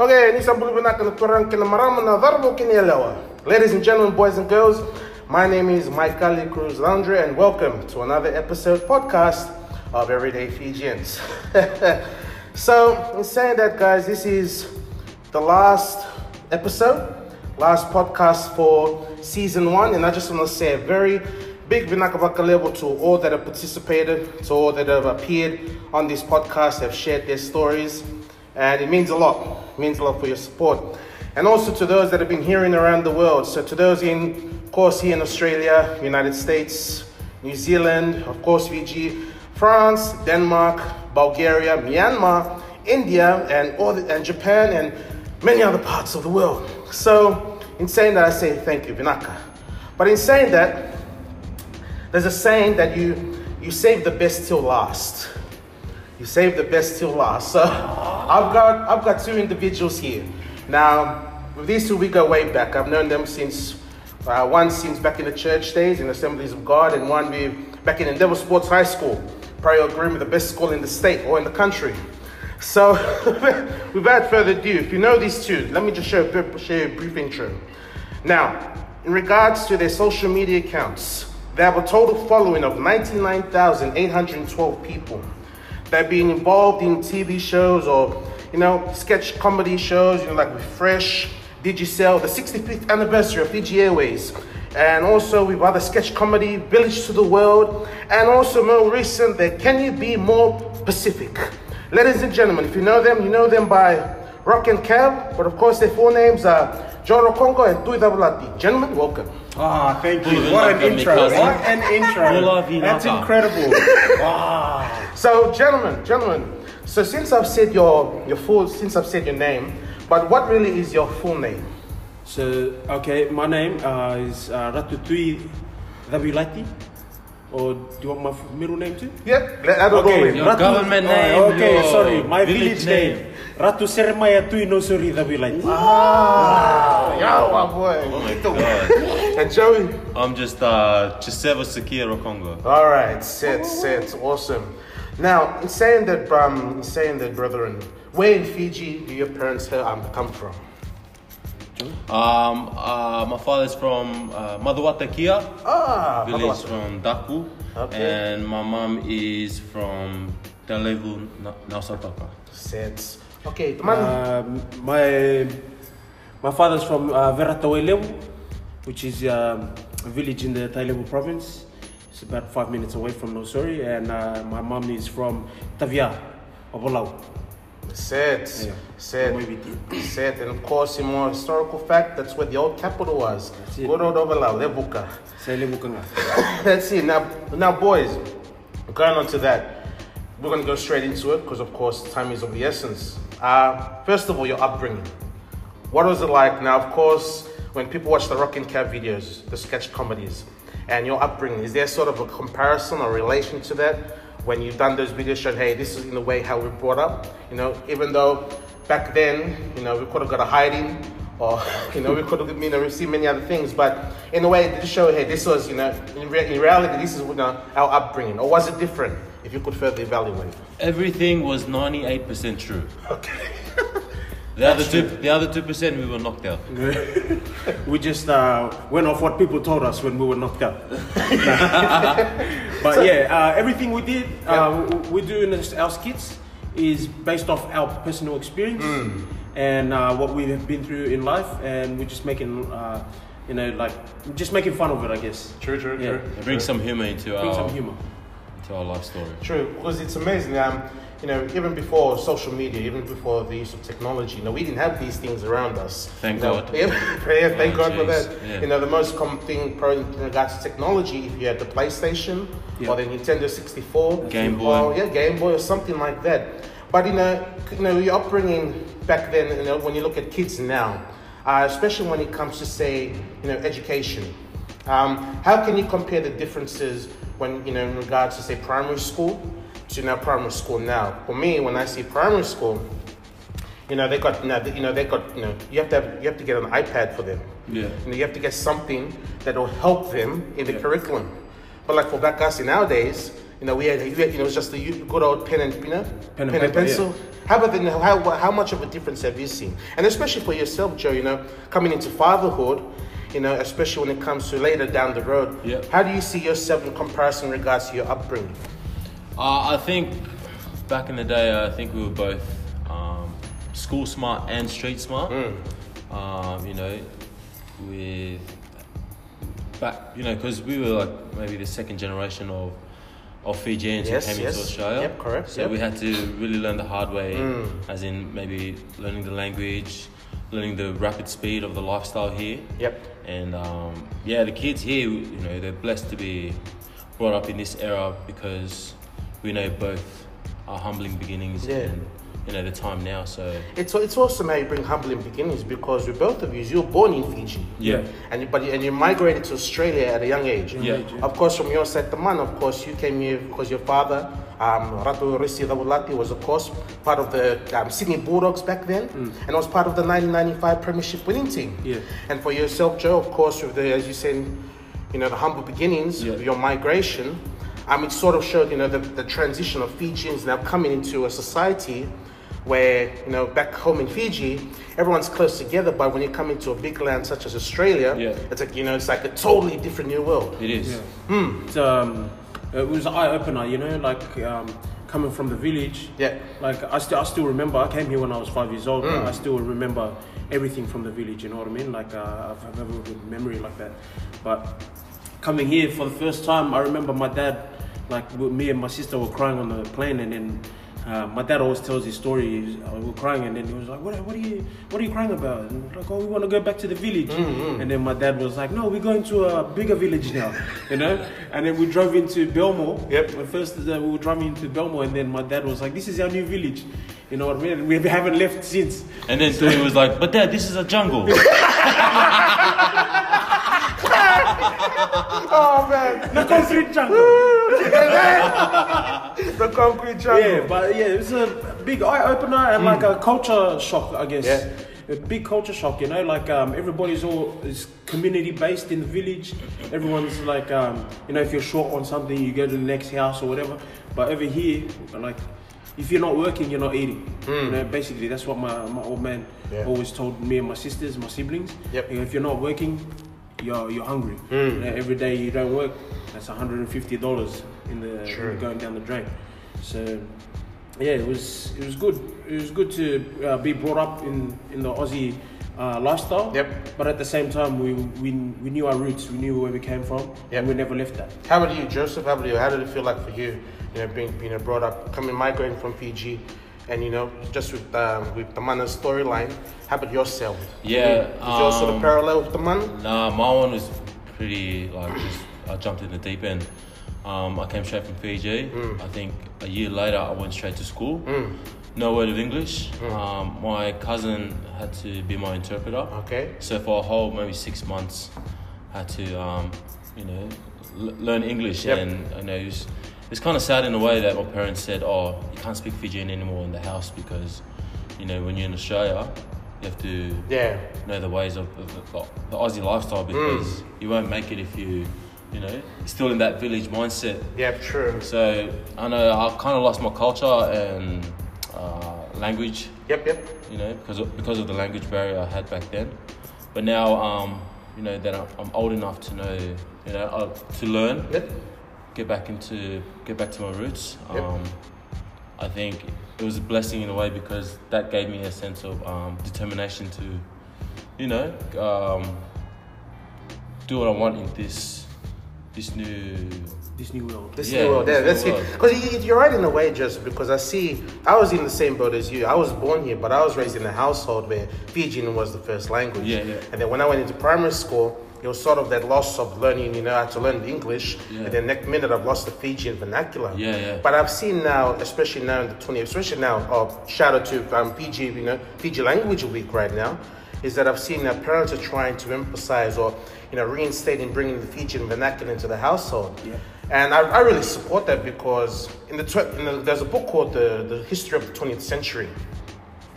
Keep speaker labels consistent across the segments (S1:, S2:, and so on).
S1: Okay, Nissan Blue Maramana Varbo Kinelewa. Ladies and gentlemen, boys and girls, my name is Michael Cruz Landry and welcome to another episode podcast of Everyday Fijians. so, in saying that, guys, this is the last episode, last podcast for season one, and I just want to say a very big vinakavaka level to all that have participated, to all that have appeared on this podcast, have shared their stories and it means a lot. It means a lot for your support. And also to those that have been hearing around the world. So to those in, of course, here in Australia, United States, New Zealand, of course, Fiji, France, Denmark, Bulgaria, Myanmar, India, and all the, and Japan, and many other parts of the world. So in saying that, I say thank you, Vinaka. But in saying that, there's a saying that you you save the best till last. You save the best till last. So I've got I've got two individuals here. Now with these two we go way back. I've known them since uh, one since back in the church days in Assemblies of God, and one we back in Endeavor Sports High School, Prayer Groom, the best school in the state or in the country. So without further ado, if you know these two, let me just share a, bit- share a brief intro. Now, in regards to their social media accounts, they have a total following of 99,812 people. They've been involved in TV shows or, you know, sketch comedy shows, you know, like with Fresh, Digicel, the 65th anniversary of Fiji Airways, and also with other sketch comedy, Village to the World, and also more recent, the Can You Be More Pacific? Ladies and gentlemen, if you know them, you know them by Rock and Cab, but of course their full names are John Rokongo and Tui Dabulati. Gentlemen, welcome.
S2: Ah, thank you.
S3: Bulova
S2: What an
S3: Vinaka,
S2: intro.
S3: cousin.
S2: What an
S3: Bulova
S2: intro.
S3: Vinaka.
S2: That's incredible.
S1: So, gentlemen, gentlemen, so since I've said your, your full, since I've said your name, but what really is your full name?
S3: So, okay, my name uh, is uh, Ratutui Dabulati. Or do you want my f- middle name too?
S1: Yep, let- I don't know.
S4: Your government
S3: Oh,
S4: name,
S3: okay,
S4: your
S3: sorry, my village,
S4: village
S3: name. Ratu Seremaya Tui no Suri Dabulati.
S1: Ah, yeah, my boy. And Joey.
S5: I'm just uh, Chisevo Sakira Congo.
S1: All right, set, set, awesome. Now, in saying that, um, in saying that, brethren, where in Fiji do your parents uh, um, come from?
S5: Um, uh, my father's from uh, Madawata Kia,
S1: Ah,
S5: village
S1: Vanuatu.
S5: from Daku,
S1: Okay.
S5: and my mum is from Talevu, Na- Nausataka.
S1: Set. Okay, the man.
S3: Um, my my father's from uh, Verataoelewu, which is um, a village in the Tailevu province. It's about five minutes away from Nosori, and uh, my mum is from Tavia, Obolau.
S1: Set,
S3: Yeah.
S1: set,
S3: Maybe it
S1: set, and of course, in more historical fact, that's where the old capital was.
S3: it.
S1: Good old Obala, Lebuka.
S3: Sailevu Kanga.
S1: Let's see now. Now, boys, going on to that, we're gonna go straight into it because, of course, time is of the essence. Uh, first of all, your upbringing. What was it like? Now, of course, when people watch the Rock and Cab videos, the sketch comedies, and your upbringing, is there sort of a comparison or relation to that? When you've done those videos, showing, hey, this is in a way how we're brought up. You know, even though back then, you know, we could have got a hiding or you know we could have you know we've seen many other things but in a way to show hey this was you know in, rea- in reality this is you know, our upbringing or was it different if you could further evaluate
S5: Everything was 98% true.
S1: okay
S5: The other two, the other two percent, we were knocked out.
S3: We just uh, went off what people told us when we were knocked out. but yeah, uh, everything we did, uh, w- we do in this- our skits is based off our personal experience and uh, what we have been through in life, and we're just making, uh, you know, like just making fun of it, I guess.
S1: true true
S3: Yeah.
S1: true
S5: It brings some humor into
S3: Bring
S5: our,
S3: some humor.
S5: to our life story.
S1: True, because it's amazing. Um, you know, even before social media, even before the use of technology, you know, we didn't have these things around us. You
S5: Thank
S1: know,
S5: God.
S1: Yeah, yeah, thank
S5: Oh,
S1: God for
S5: jeez,
S1: that.
S5: yeah.
S1: You know, the most common thing probably in regards to technology, if you had the PlayStation or
S3: Yeah.
S1: the Nintendo 64,
S5: Game
S1: or,
S5: Boy.
S1: yeah, Game Boy or something like that. But you know, you know, your upbringing back then, you know, when you look at kids now, uh, especially when it comes to say, you know, education. Um, how can you compare the differences when you know in regards to say primary school to now primary school now? For me, when I see primary school, you know they got you know, they- you know they got you know you have to have, you have to get an iPad for them.
S5: Yeah.
S1: You, know, you have to get something that will help them in the curriculum. But like for back us in nowadays, you You know, we had, you had- you know, it's just the u- good old pen and you know,
S3: Pen
S1: pen
S3: and
S1: and
S3: paper, yeah.
S1: pencil. How about then? How how much of a difference have you seen? And especially for yourself, Joe. You know, coming into fatherhood. You know, especially when it comes to later down the road.
S5: Yeah.
S1: How do you see yourself in comparison in regards to your upbringing?
S5: Uh, I think back in the day, I think we were both um, school smart and street smart.
S1: Hmm.
S5: Um, you know, with back, you know, because we were like maybe the second generation of of Fijians
S1: Yes,
S5: who came
S1: yes.
S5: into Australia.
S1: Yep, correct,
S5: So
S1: yep. Hmm.
S5: we had to really learn the hard way, as in maybe learning the language, learning the rapid speed of the lifestyle here.
S1: Yep.
S5: And um, yeah, the kids here, you know, they're blessed to be brought up in this era because we know both our humbling beginnings
S1: Yeah.
S5: and you know the time now. So
S1: It's it's awesome how you bring humbling beginnings because with both of you, you were born in Fiji.
S5: yeah,
S3: Yeah.
S1: And you, but you, and you migrated to Australia at a young age.
S5: Yeah.
S1: Of course, from your side, the man, of course, you came here because your father, um, Ratu Risi Rawulati, was, of course, part of the um, Sydney Bulldogs back then
S5: Mm.
S1: and was part of the 1995 Premiership winning team.
S3: Yeah.
S1: And for yourself, Joe, of course, with the, as you said, you know, the humble beginnings,
S5: Yeah.
S1: your migration, um, it sort of showed, you know, the, the transition of Fijians now coming into a society where, you know, back home in Fiji, everyone's close together, but when you come into a big land such as Australia,
S5: Yeah.
S1: it's like, you know, it's like a totally different new world.
S5: it is.
S3: It's, um, it was an eye opener, you know, like um, coming from the village.
S1: Yeah.
S3: Like I still, I still remember. I came here when I was five years old. But I still remember everything from the village. You know what I mean? Like uh, I've, I've have a good memory like that. But coming here for the first time, I remember my dad. Like w- me and my sister were crying on the plane, and then. Uh, my dad always tells his story. He's- uh, we were crying, and then he was like, "What? are- What are you? What are you crying about?" And like, "Oh, we want to go back to the village." And then my dad was like, "No, we're going to a bigger village now," you know. And then we drove into Belmore.
S1: Yep.
S3: The first uh, we were driving into Belmore, and then my dad was like, "This is our new village," you know what I mean? And we haven't left since.
S5: And then Tui was like, "But Dad, this is a jungle."
S1: Oh, man.
S3: The concrete jungle.
S1: the concrete jungle.
S3: yeah, but yeah, it was a big eye opener and like a culture shock, I guess.
S1: Hmm. Yeah.
S3: A big culture shock, you know, like um, everybody's all is community based in the village. Everyone's like, um, you know, if you're short on something, you go to the next house or whatever. But over here, like, if you're not working, you're not eating. You know, basically, that's what my, my old man
S1: Hmm. Yeah.
S3: always told me and my sisters, my siblings.
S1: Yep. Hmm.
S3: You know, if you're not working, you're you're hungry. You know, every day you don't work, that's $150 in the
S1: True.
S3: going down the drain. So yeah, it was it was good. It was good to uh, be brought up in in the Aussie uh, lifestyle.
S1: Yep.
S3: But at the same time, we we we knew our roots. We knew where we came from,
S1: Yep.
S3: and we never left that.
S1: How about you, Joseph? How about you? How did it feel like for you, you know, being you know brought up, coming migrating from Fiji, and you know, just with um, with the Mana's storyline? How about yourself?
S5: Yeah,
S1: is yours sort of
S5: um,
S1: parallel with the man?
S5: Nah, my one was pretty like just I jumped in the deep end. Um, I came straight from Fiji.
S1: Mm.
S5: I think a year later I went straight to school. No word of English.
S1: Mm.
S5: Um, my cousin had to be my interpreter.
S1: Okay.
S5: So for a whole maybe six months, I had to um, you know l- learn English,
S1: Yep.
S5: and I know it was, it's kind of sad in a way that my parents said, "Oh, you can't speak Fijian anymore in the house because you know when you're in Australia, you have to
S1: Yeah. Mm.
S5: know the ways of, of the, the Aussie lifestyle because you won't make it if you, you know, still in that village mindset.
S1: Yeah. True.
S5: So I know I kind of lost my culture and uh, language,
S1: Yep. Yep.
S5: you know, because of, because of the language barrier I had back then. But now, um, you know, that I'm, I'm old enough to know, you know, uh, to learn,
S1: Yep.
S5: get back into, get back to my roots.
S1: Yep.
S5: Um, I think it was a blessing in a way because that gave me a sense of um, determination to, you know, um, do what I want in this this new.
S3: This new world.
S1: This
S5: Yeah,
S1: new world, yeah, that's
S5: this new
S1: it. Because you're right in a way, just because I see, I was in the same boat as you. I was born here, but I was raised in a household where Fijian was the first language.
S5: Yeah, yeah.
S1: And then when I went into primary school, it was sort of that loss of learning, you know, I had to learn the English,
S5: Yeah.
S1: and then next minute I've lost the Fijian vernacular.
S5: Yeah, yeah.
S1: But I've seen now, especially now in the 20th, especially now, uh, shout out to um, Fiji, you know, Fiji Language Week right now, is that I've seen that parents are trying to emphasize or, you know, reinstate and bringing the Fijian vernacular into the household.
S3: Yeah.
S1: And I, I really support that because in the, tw- in the there's a book called the, the History of the 20th Century.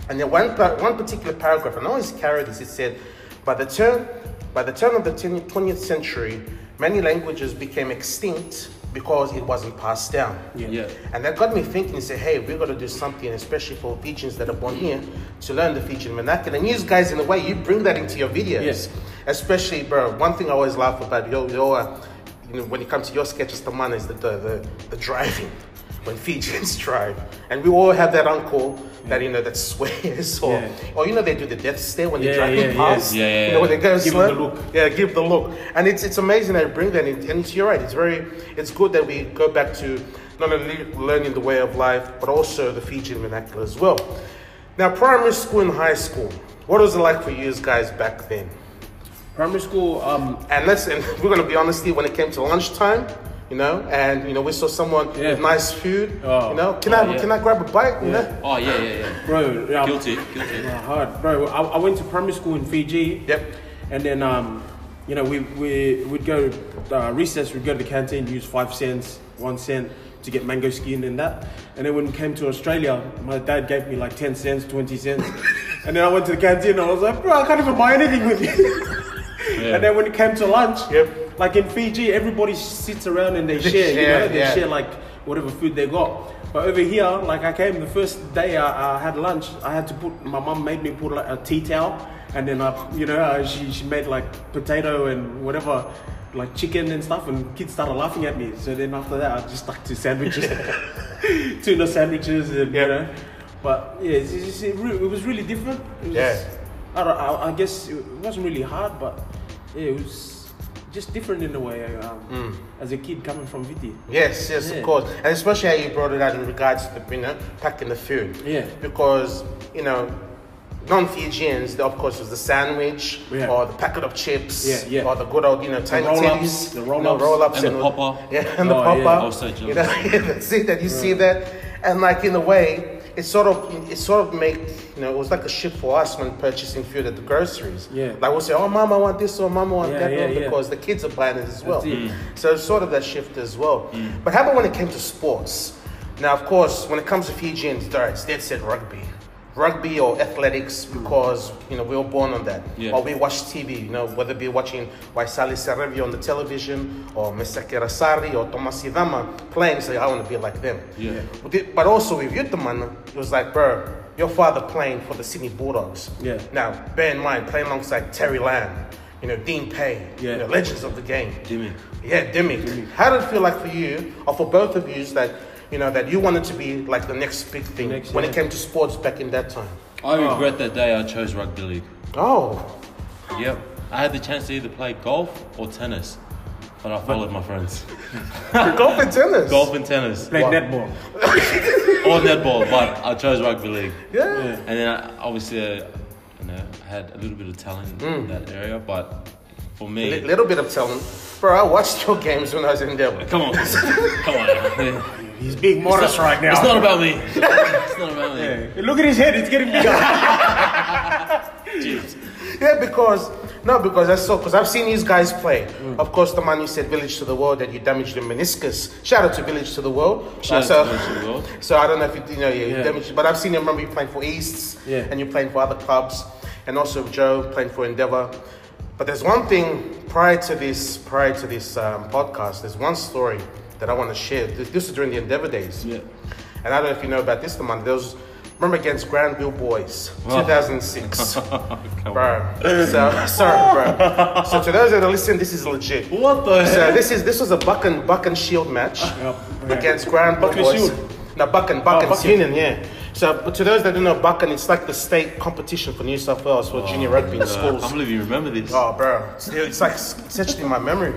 S1: And then one, par- one particular paragraph, and I always carry this, it said, by the turn, by the turn of the 10 20th century, many languages became extinct because it wasn't passed down.
S3: Yeah.
S5: Yeah.
S1: And that got me thinking, say, hey, we've got to do something, especially for Fijians that are born here, to learn the Fijian vernacular. And you guys, in a way, you bring that into your videos.
S3: Yes.
S1: Especially, bro, one thing I always laugh about, your, your, uh, you know, when it comes to your sketches, the man is the, the, the, the driving. When Fijians drive, and we all have that uncle that you know that swears, or,
S3: Yeah.
S1: or you know they do the death stare when they're
S3: Yeah,
S1: driving
S3: yeah, yeah.
S1: past.
S5: Yeah, yeah,
S1: You know when
S5: yeah.
S1: they go
S3: Give them the
S1: slow?
S3: look.
S1: Yeah, give the look. And it's it's amazing that you bring that in. And you're right. It's very it's good that we go back to not only learning the way of life, but also the Fijian vernacular as well. Now, primary school and high school. What was it like for you guys back then?
S3: Primary school, um,
S1: And let's and we're gonna be honest here, when it came to lunchtime, you know, and you know we saw someone
S3: Yeah.
S1: with nice food.
S3: Oh.
S1: You know, can
S5: Oh,
S1: I
S5: yeah.
S1: can I grab a bite? You know.
S5: Oh yeah, yeah, yeah.
S3: bro. yeah,
S5: Guilty, guilty.
S3: Yeah, hard, bro. I, I went to primary school in Fiji.
S1: Yep.
S3: And then, um, you know, we we would go uh, recess. We'd go to the canteen, use five cents, one cent to get mango skin and that. And then when we came to Australia, my dad gave me like ten cents, twenty cents. and then I went to the canteen. and I was like, bro, I can't even buy anything with you.
S5: Yeah.
S3: And then when it came to lunch,
S1: Yep.
S3: like in Fiji, everybody sits around and they
S1: They
S3: share,
S1: share,
S3: you know, they
S1: yeah.
S3: share like whatever food they got. But over here, like I came the first day I, I had lunch, I had to put my mum made me put like a tea towel, and then I, you know, uh, she she made like potato and whatever, like chicken and stuff, and kids started laughing at me. So then after that, I just stuck to sandwiches, tuna sandwiches, and
S1: Yep.
S3: you know. But yeah, it's, it's, it, re- it was really different. It was
S1: Yeah.
S3: I, don't, I, I guess it wasn't really hard, but yeah, it was just different in a way. Um, As a kid coming from Viti.
S1: Yes, yes,
S3: Yeah.
S1: of course. And especially how you brought it out in regards to the, you know, packing the food.
S3: Yeah.
S1: Because, you know, non-Fijians, there, of course, was the sandwich
S3: Yeah.
S1: or the packet of chips
S3: Yeah, yeah.
S1: or the good old, you know, tiny
S3: roll-ups,
S1: titties,
S3: the
S1: you know,
S3: roll-ups.
S1: roll-ups
S5: And the
S1: all-
S5: popper.
S1: Yeah, and the
S3: Oh,
S1: popper.
S3: yeah. I
S5: was so
S1: you know, that's it, that you see that. And like, in a way, it sort of, it sort of make, you know, it was like a shift for us when purchasing food at the groceries.
S3: Yeah.
S1: Like we'll say, oh, mom, I want this or mom, I want
S3: Yeah,
S1: that.
S3: yeah, yeah.
S1: because because the kids are buying it as well. Mm.
S3: That's it.
S1: So it's sort of that shift as well. But how about when it came to sports? Now, of course, when it comes to Fijians, though, it's dead set rugby. Rugby or athletics because you know we were born on that.
S5: Yeah.
S1: Or we watch TV, you know, whether it be watching Waisali Sarevi on the television or Mr. Kerasari or Thomas Idama playing, say, I want to be like them.
S5: Yeah.
S1: But the- But also with Yutaman, it was like, bro, your father playing for the Sydney Bulldogs.
S3: Yeah.
S1: Now, bear in mind, playing alongside Terry Lamb, you know, Dean Payne,
S3: Yeah.
S1: you know, legends of the game.
S5: Jimmy.
S1: Yeah, Demi. How did it feel like for you, or for both of you, that you know that you wanted to be like the next big thing
S3: Next,
S1: when it
S3: yeah.
S1: came to sports back in that time?
S5: I regret that day I chose rugby league.
S1: Oh,
S5: Yep. I had the chance to either play golf or tennis, but I followed my friends.
S1: golf and tennis.
S5: Golf and tennis
S3: Played
S1: Wow.
S3: netball.
S5: or netball, but I chose rugby league.
S1: Yeah.
S3: Yeah.
S5: And then I, obviously, uh, you know, I had a little bit of talent in that area, but for me,
S1: Mm. Li- little bit of talent, bro. I watched your games when I was in Devon.
S5: come on, come on.
S3: He's being modest right now.
S5: It's not about me. It's not about me.
S3: Yeah. Look at his head, it's getting bigger.
S5: Jeez.
S1: Yeah, because no, because I saw because I've seen these guys play.
S5: Mm.
S1: Of course, the man who said "Village to the World" that you damaged the meniscus. Shout out to Village to the World.
S5: Shout out
S1: so,
S5: to Village to the World.
S1: So I don't know if you, you know you
S3: Yeah.
S1: damaged, but I've seen him. Remember you playing for Easts,
S3: Yeah.
S1: and you're playing for other clubs, and also Joe playing for Endeavour. But there's one thing prior to this, prior to this um, podcast, there's one story that I want to share. This, this was during the Endeavour days.
S5: Yeah.
S1: And I don't know if you know about this, the man. There was remember against Granville Boys,
S3: Oh.
S5: Wow.
S1: 2006.
S5: Come on.
S1: Bro, so sorry, bro. So to those that are listening, this is legit.
S5: What the
S1: So
S5: hell?
S1: this is this was a buck and buck and shield match
S3: yeah.
S1: against Grand
S3: Buck and
S1: Boys.
S3: Shield.
S1: No, buck and buck
S3: Oh,
S1: and
S3: Buck
S1: union, yeah. So but to those that don't know, buck and it's like the state competition for New South Wales for junior rugby in
S5: Uh, I
S1: schools.
S5: can't believe you remember this.
S1: Oh, bro, it's, it's like etched in my memory.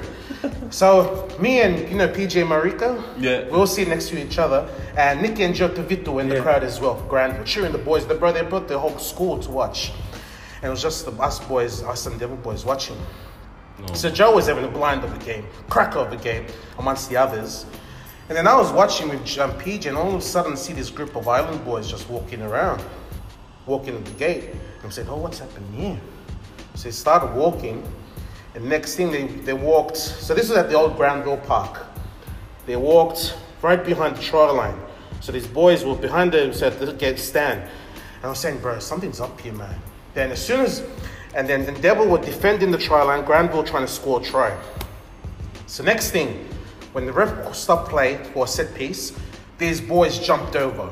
S1: So me and you know PJ Marika,
S5: Yeah.
S1: we all sit next to each other, and Nicky and Joe Tavito in the
S3: Yeah.
S1: crowd as well, for Granville, cheering the boys. The brother brought the whole school to watch, and it was just the us boys, us and devil boys watching. So Joe was having a blind of the game, cracker of the game amongst the others. And then I was watching with um, PJ, and all of a sudden see this group of island boys just walking around, walking at the gate. And I said, "Oh, what's happened here?" So they started walking, and next thing they, they walked. So this was at the old Granville Park. They walked right behind the trotter line. So these boys were behind them, so at the gate stand. And I was saying, bro, something's up here, man. Then as soon as, and then and Devil were defending the try line, Granville trying to score a try. So next thing, When the ref stopped play for a set piece, these boys jumped over.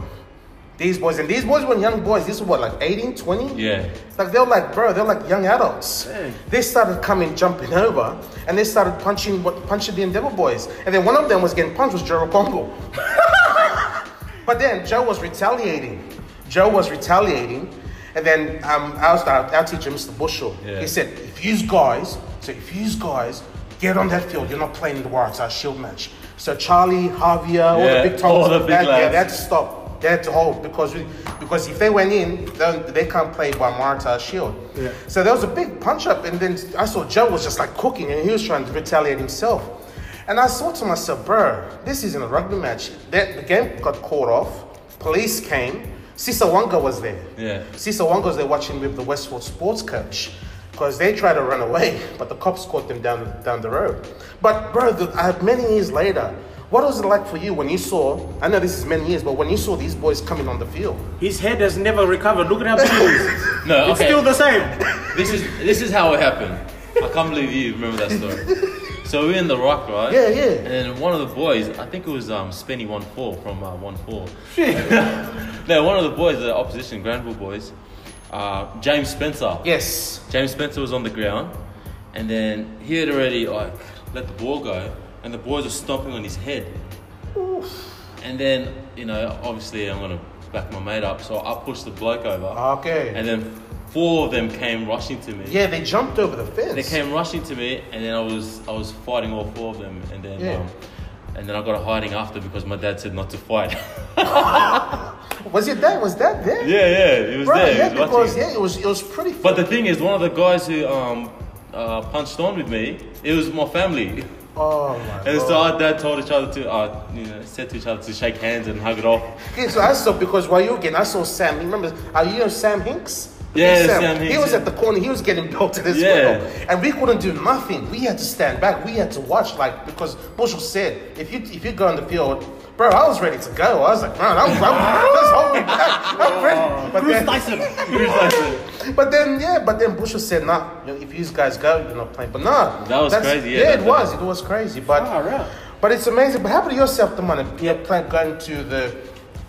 S1: These boys, and these boys were young boys. These were what, like 18, 20?
S5: Yeah.
S1: Like they were like, bro, they're like young adults.
S3: Dang.
S1: They started coming, jumping over, and they started punching what punching the Endeavor boys. And then one of them was getting punched was Joe Congo. But then Joe was retaliating. Joe was retaliating. And then um, our, our, our teacher, Mr. Bushell,
S5: Yeah.
S1: he said, if you guys, so if you guys get on that field, you're not playing in the Warriors, our shield match. So Charlie, Javier, all
S5: Yeah,
S1: the big toms,
S5: all the big
S1: that, yeah,
S5: lads.
S1: they had to stop. They had to hold because we, because if they went in, then they can't play by Marta Shield.
S3: Yeah.
S1: So there was a big punch up, and then I saw Joe was just like cooking, and he was trying to retaliate himself. And I thought to myself, bro, this isn't a rugby match. That the game got called off. Police came. Sisa Wanga was there.
S5: Yeah.
S1: Sisa Wanga was there watching with the Westfield sports coach because they tried to run away, but the cops caught them down down the road. But bro, the, uh, many years later, what was it like for you when you saw? I know this is many years, but when you saw these boys coming on the field,
S3: His head has never recovered. Look at how big it is.
S5: No,
S3: It's
S5: okay.
S3: still the same.
S5: This is this is how it happened. I can't believe you remember that story. So we're in the rock, right?
S1: Yeah, yeah.
S5: And one of the boys, I think it was um, Spenny One Four from uh, One Four. no, one of the boys, the opposition Granville boys, uh, James Spencer.
S1: yes,
S5: James Spencer was on the ground, and then he had already like let the ball go, and the boys were stomping on his head. And then you know, obviously, I'm gonna back my mate up, so I pushed the bloke over.
S1: Ah. okay,
S5: And then four of them came rushing to me.
S1: yeah, they jumped over the fence.
S5: They came rushing to me, and then I was I was fighting all four of them, and then
S1: Yeah.
S5: um, and then I got a hiding after because my dad said not to fight.
S1: Was it that? Was that there?
S5: yeah, yeah, it was
S1: Bro,
S5: there.
S1: yeah,
S5: he was
S1: because
S5: watching.
S1: yeah, it was it was pretty.
S5: But the thing is, one of the guys who um, uh, punched on with me, it was my family.
S1: oh my
S5: And
S1: god.
S5: so our dad told each other to, uh, you know, said to each other to shake hands and hug it off.
S1: Yeah, so I saw because while you were getting, I saw Sam. Remember, are you know Sam Hinks?
S5: Yeah,
S1: Big
S5: Sam
S1: He
S5: Hinks,
S1: was
S5: yeah.
S1: at the corner. He was getting belted as
S5: Yeah.
S1: well, and we couldn't do nothing. We had to stand back. We had to watch, like because Bushel said, if you if you go on the field, bro, I was ready to go. I was like, man, I'm, I'm just hold me back. I'm ready. But
S3: Bruce
S1: then,
S3: Tyson.
S5: Bruce Dyson.
S1: but then, yeah, but then Bushel said, nah, you know, if these guys go, you're not playing. But nah,
S5: That was
S1: that's-
S5: crazy, yeah,
S1: yeah
S5: that-
S1: it was. It was crazy. But
S3: Far out.
S1: but it's amazing. But how about yourself, the man? Yeah, plan going to the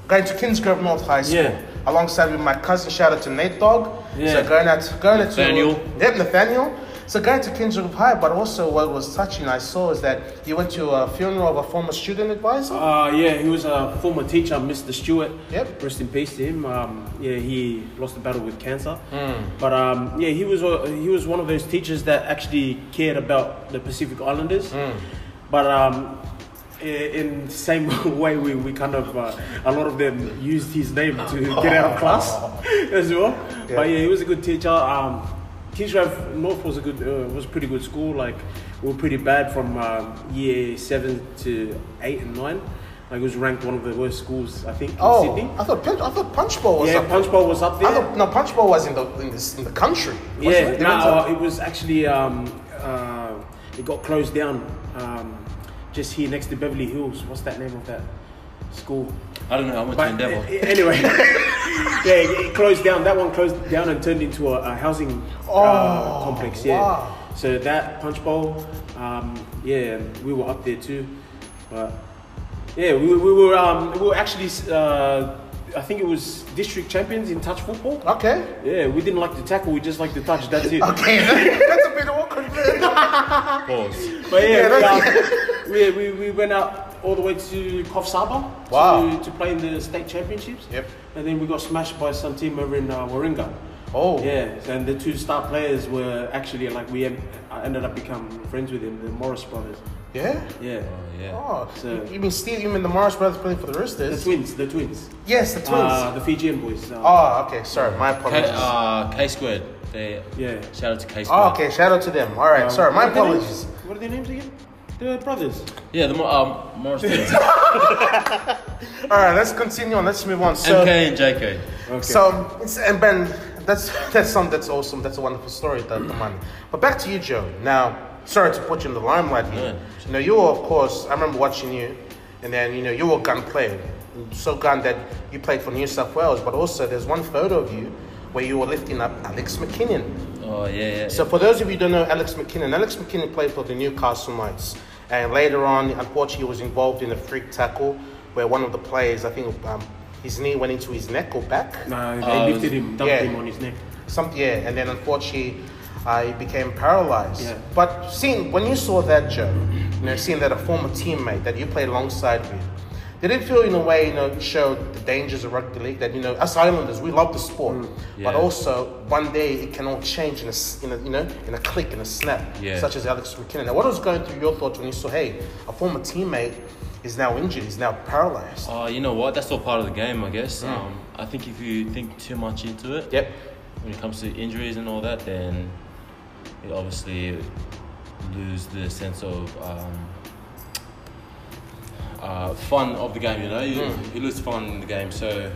S1: going to Kingsgrove North High School.
S3: Yeah.
S1: Alongside with my cousin, shout out to Nate Dog.
S3: Yeah.
S1: So going out going out
S5: Nathaniel.
S1: to Yep, Nathaniel. So going to Kingsgrove High, but also what was touching I saw is that you went to a funeral of a former student advisor.
S3: Uh, yeah, he was a former teacher, Mr. Stewart.
S1: Yep.
S3: Rest in peace to him. Um, yeah, he lost the battle with cancer. But um, yeah, he was uh, he was one of those teachers that actually cared about the Pacific Islanders. But um, i- in the same way, we, we kind of uh, a lot of them used his name to get out of class as well. But yeah, he was a good teacher. Um, Kingsgrove North was a good uh, was a pretty good school. Like we were pretty bad from um, year seven to eight and nine. Like it was ranked one of the worst schools I think in
S1: oh,
S3: Sydney.
S1: I thought Punch- I thought Punchbowl was
S3: Yeah,
S1: up.
S3: Punch Bowl was up there.
S1: I thought no Punchbowl was in the in the, in the country. wasn't
S3: Yeah,
S1: it?
S3: no,
S1: They went to-
S3: uh, it was actually um, uh, it got closed down um, just here next to Beverly Hills. What's that name of that school?
S5: I don't know, I went to
S3: But
S5: Endeavour.
S3: a- a- anyway, yeah, it it closed down. That one closed down and turned into a, a housing uh,
S1: Oh,
S3: complex. Yeah.
S1: wow.
S3: So that punch bowl, um, yeah, we were up there too, but yeah, we, we were um, we were actually uh, I think it was district champions in touch football.
S1: okay.
S3: Yeah, we didn't like to tackle. We just like to touch. That's it.
S1: Okay, that's a bit awkward.
S5: Pause.
S3: But yeah,
S1: Yeah,
S3: we,
S1: that's-
S3: um, we, we, we went out all the way to Kof Saba
S1: Wow.
S3: to, to play in the state championships.
S1: Yep.
S3: And then we got smashed by some team over in uh, Warringah.
S1: Oh.
S3: Yeah, and the two star players were actually like we em- I ended up becoming friends with them, the Morris brothers.
S1: Yeah.
S3: Yeah.
S5: Oh, yeah.
S1: Oh,
S3: So-
S1: you- you mean Steve? You mean the Morris brothers playing for the
S3: The
S1: Roosters?
S3: twins, the twins.
S1: yes, the Twins.
S3: Uh, the Fijian boys. Uh,
S1: oh, okay. Sorry, my
S5: K,
S1: apologies.
S5: uh, K squared. They,
S3: Yeah.
S5: Shout out to K squared.
S1: oh, okay. Shout out to them. All right.
S3: um,
S1: Oh, sorry, my
S3: what are their
S1: apologies.
S3: names? What are their names again? The brothers.
S5: Yeah, the more um, Morris Twins.
S1: All right, let's continue on. Let's move on. So,
S5: MK and JK.
S3: Okay.
S1: so it's, and Ben, that's that's something that's awesome. That's a wonderful story, that the money. But back to you, Joe. Now, sorry to put you in the limelight here. You know, you were, of course. I remember watching you, and then you know you were a gun player, so gun that you played for New South Wales. But also, there's one photo of you where you were lifting up Alex McKinnon.
S5: Oh yeah, yeah.
S1: So for those of you who don't know Alex McKinnon, Alex McKinnon played for the Newcastle Knights. And later on, unfortunately, he was involved in a freak tackle where one of the players, I think um, his knee went into his neck or back.
S3: Nah, they
S5: Uh,
S3: lifted him, dumped
S1: yeah.
S3: him on his neck.
S1: Some, yeah, and then unfortunately, uh, he became paralyzed.
S3: Yeah.
S1: But seeing when you saw that, Joe, you know, seeing that a former teammate that you played alongside with, did it feel in a way, you know, it showed the dangers of rugby league that you know, us Islanders, we love the sport, but
S5: Mm, Yeah.
S1: also one day it can all change in a, s- in a you know, in a click, in a snap,
S5: Yeah.
S1: such as Alex McKinnon. Now, what was going through your thoughts when you saw, hey, a former teammate is now injured, is now paralyzed?
S5: Uh, you know what? That's all part of the game, I guess. Um, I think if you think too much into it,
S1: Yep.
S5: when it comes to injuries and all that, then you obviously lose the sense of um, uh, fun of the game. You know, you,
S1: Hmm.
S5: you lose fun in the game. So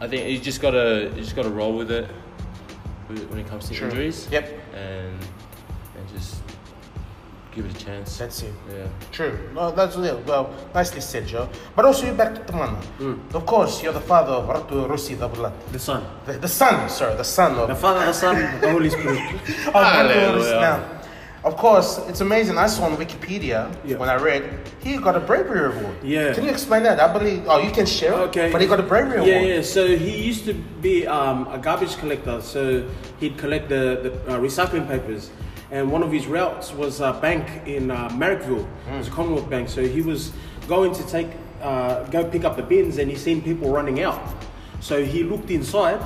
S5: I think you just gotta you just gotta roll with it wh- when it comes to
S1: Sure.
S5: injuries.
S1: Yep.
S5: And and just give it a chance.
S1: That's it.
S5: yeah.
S1: True. No, that's it. Well, nicely said, Joe. But also, you back to Tamana.
S3: Hmm.
S1: Of course, you're the father of Ratu Rusi Dabulat.
S3: The son.
S1: The, the son, sorry, the son of,
S3: The
S1: of
S3: father, the son, the Holy Spirit.
S1: Ratu Rusi.
S5: Hallelujah.
S1: Now, of course, it's amazing. I saw on Wikipedia
S3: Yeah.
S1: when I read he got a bravery award.
S3: Yeah.
S1: Can you explain that? I believe. Oh, you can share. it,
S3: Okay.
S1: But he got a bravery
S3: yeah,
S1: award.
S3: Yeah, So he used to be um, a garbage collector. So he'd collect the, the uh, recycling papers. And one of his routes was a bank in uh, Merrickville.
S1: Hmm.
S3: It was a Commonwealth Bank. So he was going to take, uh, go pick up the bins and he seen people running out. So he looked inside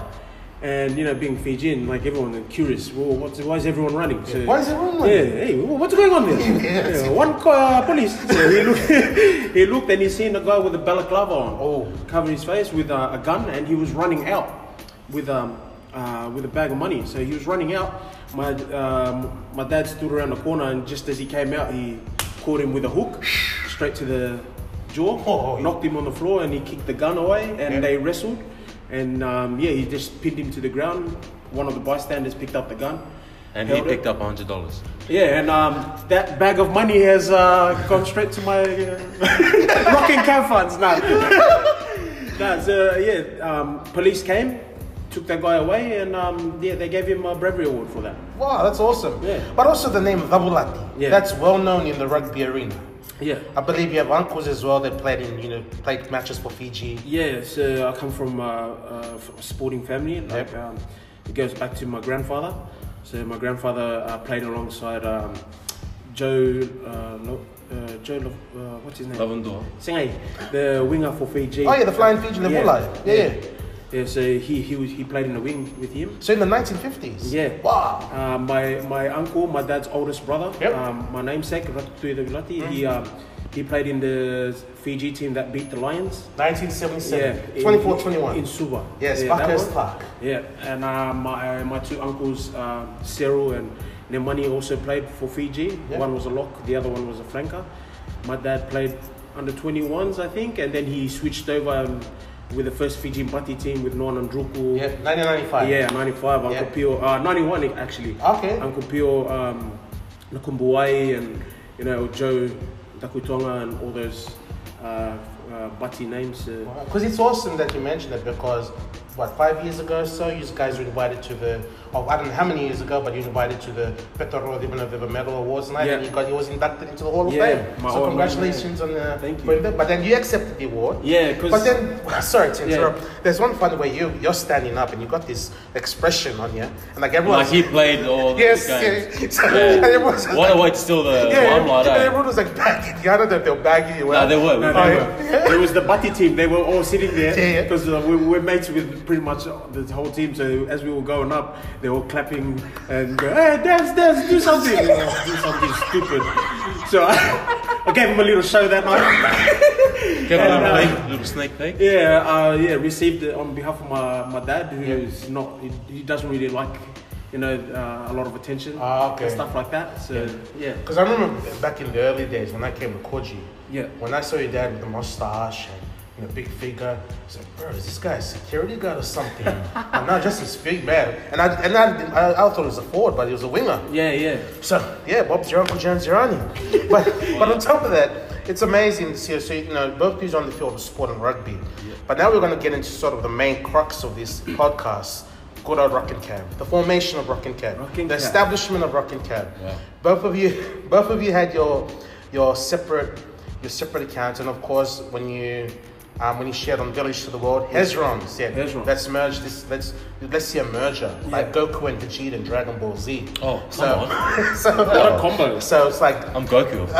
S3: and, you know, being Fijian, like everyone, they're curious. Well, what's, why is everyone running? So,
S1: Why is everyone running?
S3: Yeah, hey, wh- what's going on there? Yeah, one co- uh, police. So he, looked, he looked and he seen a guy with a balaclava on,
S1: Oh.
S3: covering his face with a, a gun, and he was running out with um, uh, with a bag of money. So he was running out. My um, my dad stood around the corner, and just as he came out, he caught him with a hook straight to the jaw,
S1: Oh, yeah.
S3: knocked him on the floor, and he kicked the gun away, and
S1: Yeah.
S3: they wrestled, and um, yeah, he just pinned him to the ground. One of the bystanders picked up the gun.
S5: And he
S3: held it.
S5: picked up hundred dollars.
S3: Yeah, and um, that bag of money has uh, gone straight to my uh, rocking cab funds now. nah, so yeah, um, police came, took that guy away, and um, yeah, they gave him a bravery award for that.
S1: Wow, that's awesome.
S3: Yeah.
S1: But also the name Dabulati.
S3: Yeah.
S1: That's well known in the rugby arena.
S3: Yeah.
S1: I believe you have uncles as well that played in you know played matches for Fiji.
S3: Yeah, so I come from uh, uh, f- a sporting family. Like,
S1: Yep.
S3: um, it goes back to my grandfather. So my grandfather uh, played alongside um, Joe, uh, Lo- uh, Joe, Lo- uh, what's his name?
S5: Lavendor.
S3: Singai, the winger for Fiji.
S1: Oh yeah, the flying Fiji Nebula. Yeah. yeah,
S3: yeah. Yeah, so he, he was he played in the wing with him.
S1: So in the 1950s.
S3: Yeah.
S1: Wow.
S3: Uh, my my uncle, my dad's oldest brother,
S1: Yep.
S3: um, my namesake Ratu Vilati, he um, he played in the Fiji team that beat the Lions.
S1: 1977.
S3: in-
S1: 24
S3: in
S1: 21.
S3: Suva.
S1: Yes,
S3: that
S1: Buckhurst
S3: one.
S1: Park.
S3: Yeah, and uh, my my two uncles, uh, Cyril and Nemani, also played for Fiji.
S1: Yeah.
S3: One was a lock, the other one was a flanker. My dad played under 21s, I think, and then he switched over um, with the first Fiji Mbati team with Noan Andruku.
S1: Yeah, 1995.
S3: Yeah, 95, Uncle
S1: Yeah. Ah.
S3: Pio, uh, 91 actually.
S1: Okay.
S3: Uncle Pio, um, Nakumbuwai and, you know, Joe Dakutonga and all those uh, uh, Bati names. Uh,
S1: Because it's awesome that you mentioned it because, what, five years ago or so, you guys were invited to the, oh, I don't know how many years ago, but you were invited to the Petro Ribanova Medal Awards night and
S3: Yeah.
S1: you got yours inducted into the Hall of
S3: Yeah,
S1: Fame.
S3: my
S1: So,
S3: own-
S1: congratulations on the.
S3: Thank you.
S1: for that. But then you accepted the award.
S3: Yeah, 'cause-
S1: But then, sorry to
S3: Yeah.
S1: interrupt. There's one funny way you, you're standing up and you got this expression on you, and like everyone's.
S5: Like he played all
S1: yes,
S5: the games.
S1: yeah. So,
S5: Yeah.
S1: and everyone's just
S5: What a way to steal the
S1: Yeah,
S5: limelight,
S1: yeah,
S5: eh?
S1: everyone was like bagging. I don't know if they were bagging you.
S5: Nah, they were.
S3: No,
S1: Oh,
S3: they
S1: yeah.
S3: were. It was the Bati team. They were all sitting
S1: Yeah, yeah.
S3: there because uh, we we were mates with pretty much the whole team. So as we were going up, they were clapping and go, "Hey, dance, dance, do something, You know, do something stupid." So I, I gave him a little show that night.
S5: Give him a
S3: And,
S5: little,
S3: uh,
S5: peek, little sneak peek.
S3: Yeah, uh, yeah, received it on behalf of my, my dad, who's not he, he doesn't really like you know uh, a lot of attention
S1: Ah, okay.
S3: and stuff like that. So yeah,
S1: Because I remember back in the early days when I came to Koji,
S3: Yeah.
S1: when I saw your dad with the mustache and you know, big figure, I was like, bro, is this guy a security guard or something? and now just this big man. And I and I, didn't- I, I thought he was a forward, but he was a winger.
S3: yeah, yeah.
S1: So yeah, Bob's your uncle James Zirani. But but on top of that, it's amazing to see. So you know, both these on the field of sport and rugby. But now we're going to get into sort of the main crux of this podcast. Good old Rockin' Cab, the formation of Rockin' Cab,
S3: Rock and
S1: the
S3: Cab.
S1: establishment of Rockin' Cab.
S5: Yeah.
S1: Both of you, both of you had your your separate your separate accounts, and of course when you um, when you shared on Village to the World, Hezron said,
S3: Hezron.
S1: "Let's merge this. Let's let's see a merger like
S3: Yeah.
S1: Goku and Vegeta and Dragon Ball Z."
S5: Oh, come
S1: so,
S5: on.
S1: so
S3: What a combo.
S1: So it's like
S5: I'm Goku.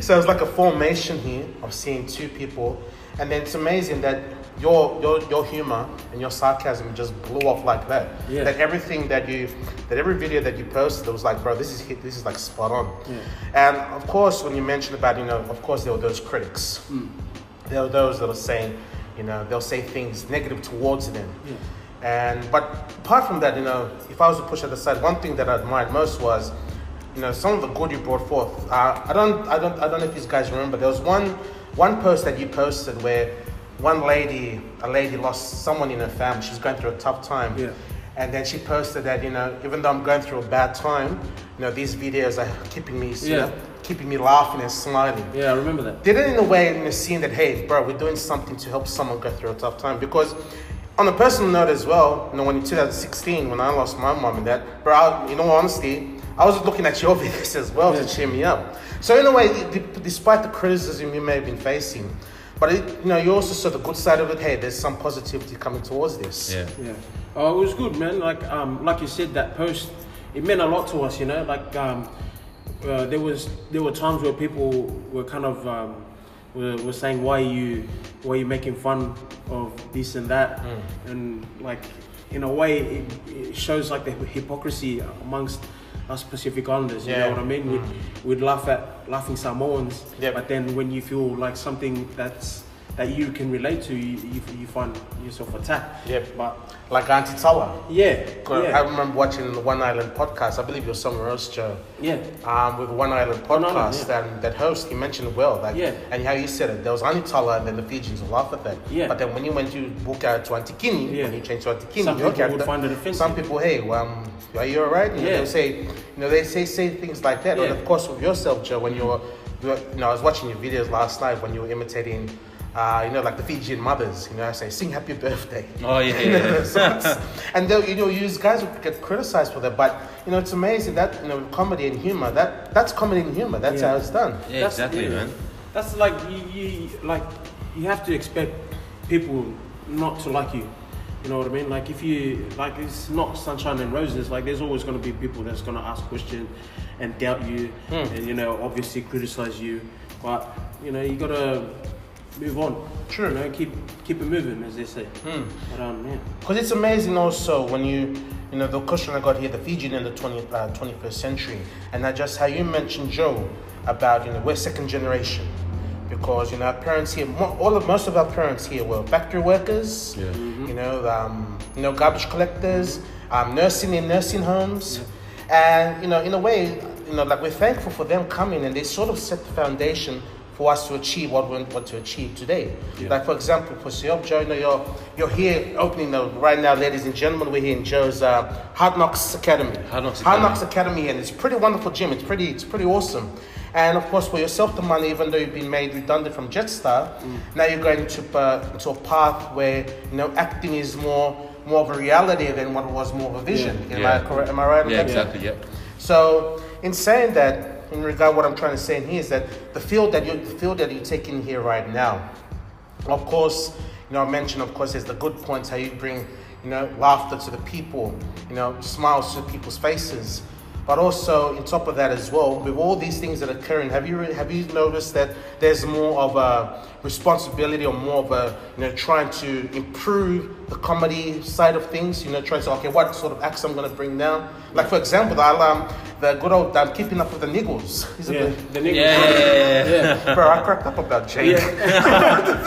S1: so it's like a formation here of seeing two people, and then it's amazing that your your your humor and your sarcasm just blew off like that.
S3: Yeah.
S1: That everything that you, that every video that you posted, it was like, bro, this is hit, this is like spot on. And of course, when you mentioned about you know, of course there were those critics.
S3: Mm.
S1: There were those that are saying, you know, they'll say things negative towards them. And but apart from that, you know, if I was to push it aside, one thing that I admired most was, you know, some of the good you brought forth. Uh, I don't, I don't, I don't know if these guys remember. There was one, one post that you posted where one lady, a lady lost someone in her family. She's going through a tough time.
S3: Yeah.
S1: And then she posted that, you know, even though I'm going through a bad time, you know, these videos are keeping me, you
S3: Yeah.
S1: know, keeping me laughing and smiling
S3: Yeah, I remember that.
S1: did it in a way in the scene that hey bro we're doing something to help someone go through a tough time because on a personal note as well you know when in 2016 when i lost my mom and that bro I, you know honestly i was looking at your videos as well to cheer me up so in a way d- despite the criticism you may have been facing but it, you know you also saw the good side of it hey there's some positivity coming towards this
S5: yeah.
S3: Yeah. Oh, it was good, man. Like, um, like you said, that post it meant a lot to us. You know, like um, uh, there was there were times where people were kind of um, were, were saying, "Why are you, why are you making fun of this and that?"
S1: Mm.
S3: And like, in a way, it, it shows like the hypocrisy amongst us Pacific Islanders. You
S1: Yeah. Mm.
S3: know what I mean? We'd, we'd laugh at laughing Samoans,
S1: Yep.
S3: but then when you feel like something that's that you can relate to, you, you, you find yourself attacked.
S1: Yep.
S3: But
S1: like auntie tower
S3: yeah,
S1: i
S3: yeah,
S1: remember watching the one island podcast i believe you're somewhere else joe
S3: yeah,
S1: um, with One Island
S3: One Island,
S1: podcast,
S3: Oh, yeah.
S1: and that host he mentioned well, like,
S3: Yeah.
S1: and how you said it. There was Anitala, and then the Fijians would laugh at that.
S3: Yeah.
S1: But then when you went to book out to Antikini,
S3: Yeah.
S1: when you changed to Antikini,
S3: Some
S1: your
S3: people would
S1: character,
S3: find it offensive.
S1: Some people, hey, well, um, are you all right? You know,
S3: Yeah.
S1: They'll say, you know, they say say things like that. And
S3: Yeah.
S1: of course, with yourself, Joe, when you were, you were- you know, I was watching your videos last night when you were imitating. Uh, you know, like the Fijian mothers, you know, I say, sing happy birthday.
S5: Oh yeah, yeah.
S1: So it's- and they'll- you know, you guys would get criticized for that, but you know, it's amazing that you know, comedy and humor. That that's comedy and humor. That's
S3: Yeah.
S1: how it's done.
S5: Yeah,
S3: That's-
S5: exactly,
S3: yeah.
S5: man.
S3: That's like you, you, like you have to expect people not to like you. You know what I mean? Like if you like, it's not sunshine and roses. Like there's always going to be people that's going to ask questions and doubt you,
S5: Hmm.
S3: and you know, obviously criticize you. But you know, you got to move on.
S1: True.
S3: You know, keep keep it moving, as they say.
S5: Hmm.
S3: But um, yeah.
S1: Because it's amazing also when you, you know, the question I got here, the Fijian in the 20, uh, 21st century, and that just how you mentioned, Joe, about, you know, we're second generation. Because, you know, our parents here, mo- all of, most of our parents here were factory workers,
S5: Yeah.
S1: you know, um, you know, garbage collectors, um, nursing in nursing homes. And, you know, in a way, you know, like we're thankful for them coming and they sort of set the foundation for us to achieve what we want to achieve today.
S3: Yeah.
S1: Like, for example, for Seop Joe, you know, you're, you're here opening the, right now, ladies and gentlemen, we're here in Joe's uh, Hard Knocks Academy.
S5: Hard Knocks
S1: Academy, and it's a pretty wonderful gym. It's pretty, it's pretty awesome. And of course, for yourself, the money, even though you've been made redundant from Jetstar,
S5: Mm.
S1: now you're going to uh, into a path where you know acting is more more of a reality than what it was more of a vision. Am
S5: Yeah.
S1: I correct? Am I right? on
S5: Yeah,
S1: that?
S5: exactly. Yep.
S1: So, in saying that, in regard what I'm trying to say in here is that the field that you the field that you take in here right now, of course, you know I mentioned of course there's the good points how you bring you know laughter to the people, you know smiles to people's faces, but also on top of that as well with all these things that are occurring, have you re- have you noticed that there's more of a responsibility or more of a you know trying to improve the comedy side of things, you know, trying to okay, what sort of acts I'm gonna bring now? Like for example, the um, the good old um, keeping up with the niggles. Is it
S3: Yeah, the niggas.
S5: Yeah, yeah, yeah, yeah.
S3: yeah.
S1: the- Bro, I cracked up about Jake.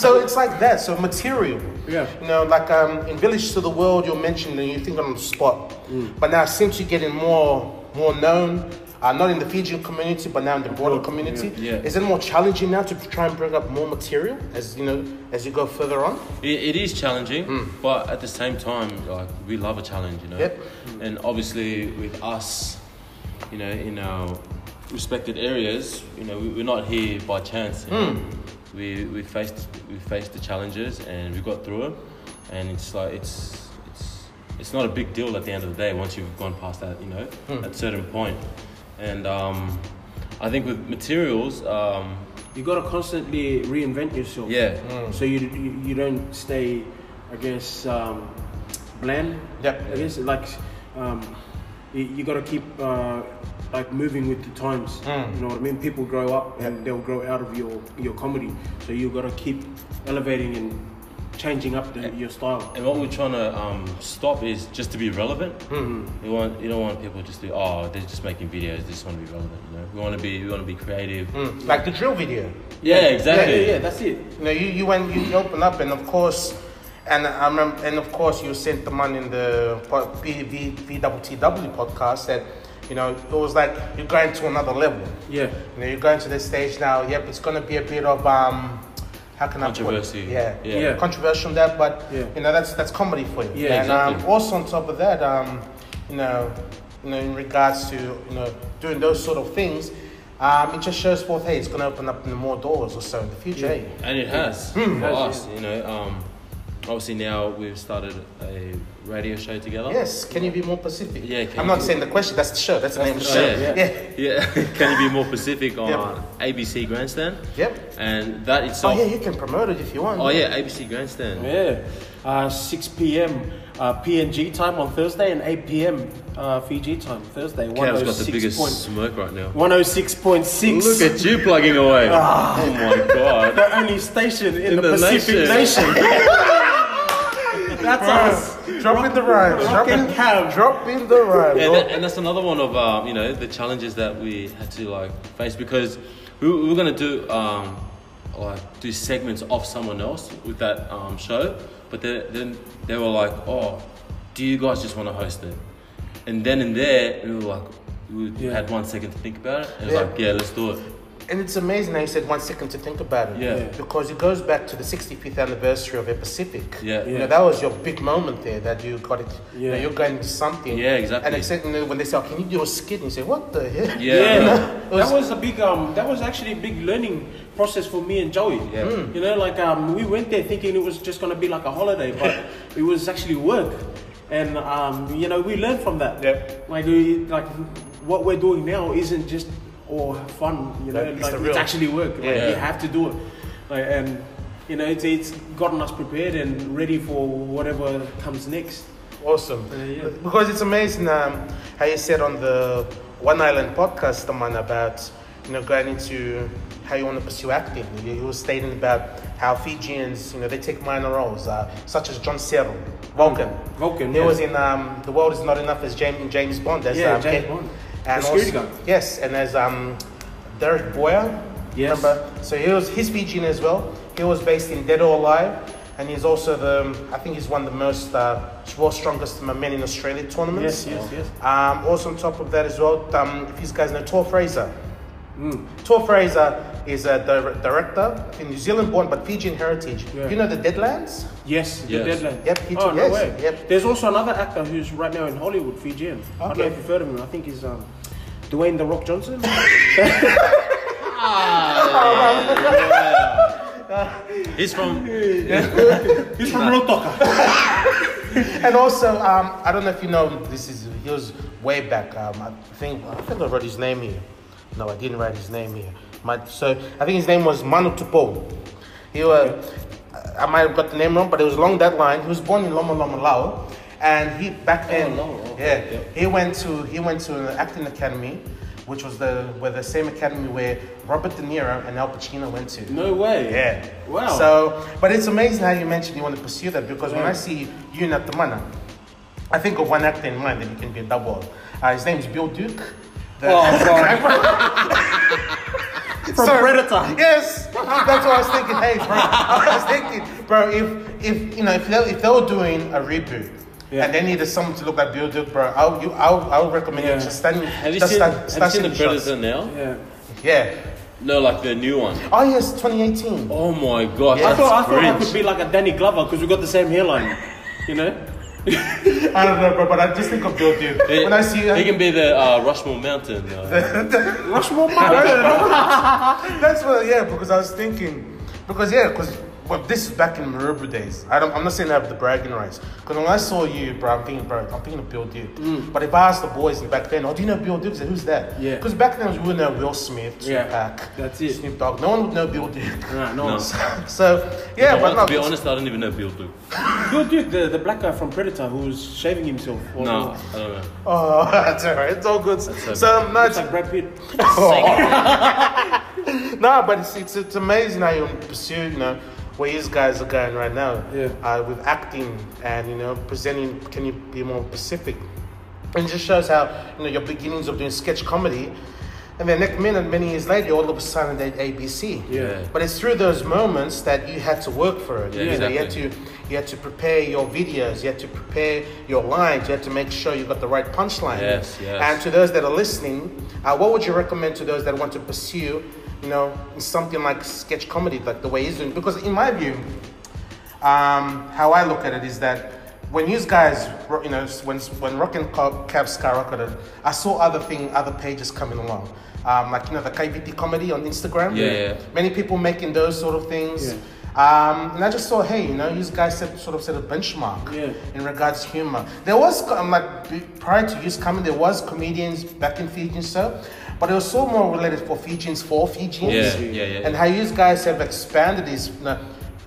S1: so it's like that. So material.
S3: Yeah.
S1: You know, like um, in Village to the World, you're mentioned and you're thinking on the spot. But now it seems you're getting more more known. Uh, not in the Fijian community, but now in the broader community.
S5: yeah. Yeah.
S1: Is it more challenging now to try and bring up more material as you know as you go further on?
S5: It, it is challenging, but at the same time, like we love a challenge, you know.
S1: Yep.
S5: And obviously, with us, you know, in our respected areas, you know, we, we're not here by chance. You know? We we faced we faced the challenges and we got through it, and it's like it's it's it's not a big deal at the end of the day once you've gone past that, you know, at certain point. And um, I think with materials, um,
S3: You got to constantly reinvent yourself.
S5: yeah,
S3: So you, you you don't stay, I guess, um, bland.
S1: Yep.
S3: I guess like, um, you, you got to keep uh, like moving with the times.
S5: Hmm.
S3: You know what I mean? People grow up and they'll grow out of your your comedy. So you got to keep elevating and changing up the, your style.
S5: And what we're trying to um, stop is just to be relevant. You want you don't want people just to oh they're just making videos. They just want to be relevant. You know, we want to be we want to be creative.
S1: Mm, Like the drill video.
S5: Yeah,
S3: Yeah,
S5: exactly.
S3: yeah, that's it.
S1: You know, you, you went, you opened up, and of course, and I remember, and of course, you sent the man in the po- P- V- VWTW podcast that, you know, it was like you're going to another level.
S3: Yeah.
S1: You know, you're going to this stage now. Yep, it's going to be a bit of um, how can
S5: Controversy.
S1: I put it? Yeah,
S5: Yeah.
S3: Yeah.
S1: controversial that, but
S3: Yeah.
S1: you know, that's that's comedy for you.
S3: Yeah,
S1: and um,
S5: exactly.
S1: also on top of that, um, you know, you know, in regards to you know doing those sort of things. Um, it just shows forth, hey, it's going to open up more doors or so in the future.
S3: Yeah.
S1: eh?
S5: And it has for
S3: Has,
S5: us. You know, um, obviously now we've started a radio show together.
S1: Yes, can you be more specific?
S5: Yeah, can
S1: I'm
S5: you
S1: not
S5: be-
S1: saying the question, that's the show, that's the name of the
S5: the
S1: show.
S5: show,
S1: yeah.
S5: Oh, Yeah. Can you be more specific on
S1: Yeah.
S5: ABC Grandstand?
S1: Yep.
S5: And that
S1: Oh,
S5: itself.
S1: yeah, you can promote it if you want.
S5: Oh, yeah, ABC Grandstand.
S3: Yeah. Uh, 6 p.m. Uh, PNG time on Thursday and 8 pm uh, Fiji time Thursday.
S5: Cav's got the
S3: 106
S5: biggest
S3: point-
S5: smirk right now.
S3: 106.6.
S5: Look at you plugging away. oh my god.
S3: the only station in,
S5: In
S3: the,
S5: the
S3: Pacific nation.
S5: nation.
S3: That's us.
S1: Drop in the rhyme. Drop
S3: Rockin'
S1: in,
S3: Cam.
S1: drop in the rhyme.
S5: And,
S1: bro.
S5: that, and that's another one of um, you know the challenges that we had to like face because we, we were gonna do um, like do segments off someone else with that um, show, but then then they were like, oh, do you guys just want to host it? And then and there we were like, we
S3: Yeah.
S5: had one second to think about it, and it
S1: Yeah.
S5: was like, yeah, let's do it.
S1: And it's amazing how you said one second to think about it.
S5: Yeah. Yeah.
S1: Because it goes back to the 65th anniversary of Air Pacific.
S5: Yeah.
S1: You
S3: Yeah.
S1: know, that was your big moment there that you got it. You know,
S3: Yeah.
S1: you're going to something.
S5: Yeah, exactly.
S1: And except, you know, when they say, oh, can you do a skit? And you say, what the hell?
S5: Yeah.
S3: that was a big um that was actually a big learning process for me and Joey.
S5: Yeah.
S1: Hmm.
S5: Mm.
S3: You know, like um we went there thinking it was just gonna be like a holiday, but it was actually work. And um, you know, we learned from that.
S1: Yep.
S3: Like we, like what we're doing now isn't just all fun, you know,
S1: Yeah, it's
S3: like
S1: the
S3: it's
S1: real-
S3: actually work. Like
S5: Yeah.
S3: you have to do it. Like and you know, it's, it's gotten us prepared and ready for whatever comes next.
S1: Awesome.
S3: Uh, yeah.
S1: Because it's amazing um, how you said on the One Island podcast, the man, about you know going into how you want to pursue acting. You, you were stating about how Fijians, you know, they take minor roles, uh, such as John Cero, Vulcan.
S3: Vulcan,
S1: He
S3: yeah.
S1: was in um, The World Is Not Enough as James, James Bond. As,
S3: Yeah,
S1: um,
S3: James
S1: Ke-
S3: Bond.
S1: And
S3: The security
S1: also-
S3: guard.
S1: Yes, and as um, Derek Boyer.
S3: Yes.
S1: Remember? So he was his Fijian as well. He was based in Dead or Alive, and he's also the I think he's won the most uh, world strongest men in Australia tournaments.
S3: Yes, yes, yes.
S1: Um, also on top of that as well, um, if these guys know Tor Fraser.
S3: Mm.
S1: Tor Fraser is a dir- director in New Zealand born but Fijian heritage.
S3: Yeah.
S1: You know the Deadlands?
S3: Yes,
S5: Yes.
S3: the deadline.
S1: Yep, he
S3: oh,
S1: took-
S3: no
S1: yes,
S3: way.
S1: yep.
S3: There's also another actor who's right now in Hollywood, Fijian. I don't know
S1: Okay.
S3: if you've heard of him. I think he's um, Dwayne The Rock Johnson.
S5: He's from
S3: he's from Rotoka.
S1: And also, um, I don't know if you know, this is he was way back. Um, I think I think I wrote his name here. No, I didn't write his name here. My, so I think his name was Manu Tupo. He was, I might have got the name wrong, but it was along that line. He was born in Loma Loma Lao, and he back then,
S5: Loma, okay,
S1: yeah,
S5: yep.
S1: he went to he went to an acting academy, which was the where the same academy where Robert De Niro and Al Pacino went to.
S3: No way.
S1: Yeah.
S3: Wow.
S1: So, but it's amazing how you mentioned you want to pursue that because when I see you in Atamana, I think of one actor in mind that you can be a double. of. Uh, his name is Bill Duke. The-
S3: Oh, God. From
S1: Sorry.
S3: Predator.
S1: Yes, that's what I was thinking. Hey, bro, I was thinking, bro, if if you know if they if they were doing a reboot.
S3: Yeah.
S1: And they needed someone to look like Bill Duke, bro. I'll, you, I'll, I'll recommend
S3: Yeah.
S1: you just stand.
S5: Have you
S1: just
S5: seen,
S1: start-
S5: have you
S1: start
S5: seen the
S1: shooting shots.
S5: Predator now?
S3: Yeah.
S1: Yeah.
S5: No, like the new one.
S1: Oh yes, 2018.
S5: Oh my god,
S1: Yeah.
S3: I thought, I,
S5: that's
S3: thought I
S5: cringe.
S3: could be like a Danny Glover because we got the same hairline. You know?
S1: I don't know, bro, but I just think of Bill Duke
S5: He-
S1: when I see
S5: he
S1: him.
S5: can be the uh, Rushmore Mountain. Uh,
S3: Rushmore Mountain.
S1: That's what, yeah, because I was thinking, because yeah, because But this is back in Marubu days. I don't, I'm not saying I have the bragging rights. Because when I saw you, bro, I'm thinking, bro, I'm thinking of Bill Duke. But if I asked the boys back then, oh, do you know Bill Duke? They said, Who's that?
S3: Yeah.
S1: Because back then, we would know Will Smith,
S3: Yeah.
S1: Tupac,
S3: That's it.
S1: Snoop Dogg. No one would know Bill Duke.
S3: Nah, no.
S5: No.
S3: one's-
S1: so, yeah,
S5: No,
S1: but no.
S5: to be honest, I don't even know Bill Duke.
S3: Yo, dude, the, the black guy from Predator who's shaving himself. all
S5: No,
S3: over.
S5: I don't know.
S1: Oh, that's all right. It's all good.
S5: all
S1: so, no,
S3: Looks
S1: it's,
S3: like Brad Pitt.
S1: No, but it's, it's it's amazing how you pursue, you know, where these guys are going right now.
S3: Yeah.
S1: Uh, with acting and you know presenting, can you be more specific? And it just shows how you know your beginnings of doing sketch comedy, and then next minute, many years later, all of a sudden they ABC.
S3: Yeah.
S1: But it's through those moments that you had to work for it.
S5: Yeah,
S1: you, know, you had
S5: exactly.
S1: to you had to prepare your videos, you had to prepare your lines, you had to make sure you got the right punchline.
S5: Yes, yes.
S1: And to those that are listening, uh, what would you recommend to those that want to pursue, you know, something like sketch comedy, like the way he's doing? Because in my view, um, how I look at it is that when these guys, ro- you know, s- when when Rock and Co- Cab skyrocketed, I saw other thing, other pages coming along, um, like you know the KVT comedy on Instagram.
S5: Yeah, yeah.
S1: Many people making those sort of things.
S3: Yeah.
S1: Um, and I just saw, hey, you know, these guys set, sort of set a benchmark
S3: Yeah.
S1: in regards to humor. There was, co- um, like, b- prior to you coming, there was comedians back in Fiji and stuff, but it was so more related for Fijians for Fijians.
S5: Yeah, yeah, yeah.
S1: And how you guys have expanded this you know,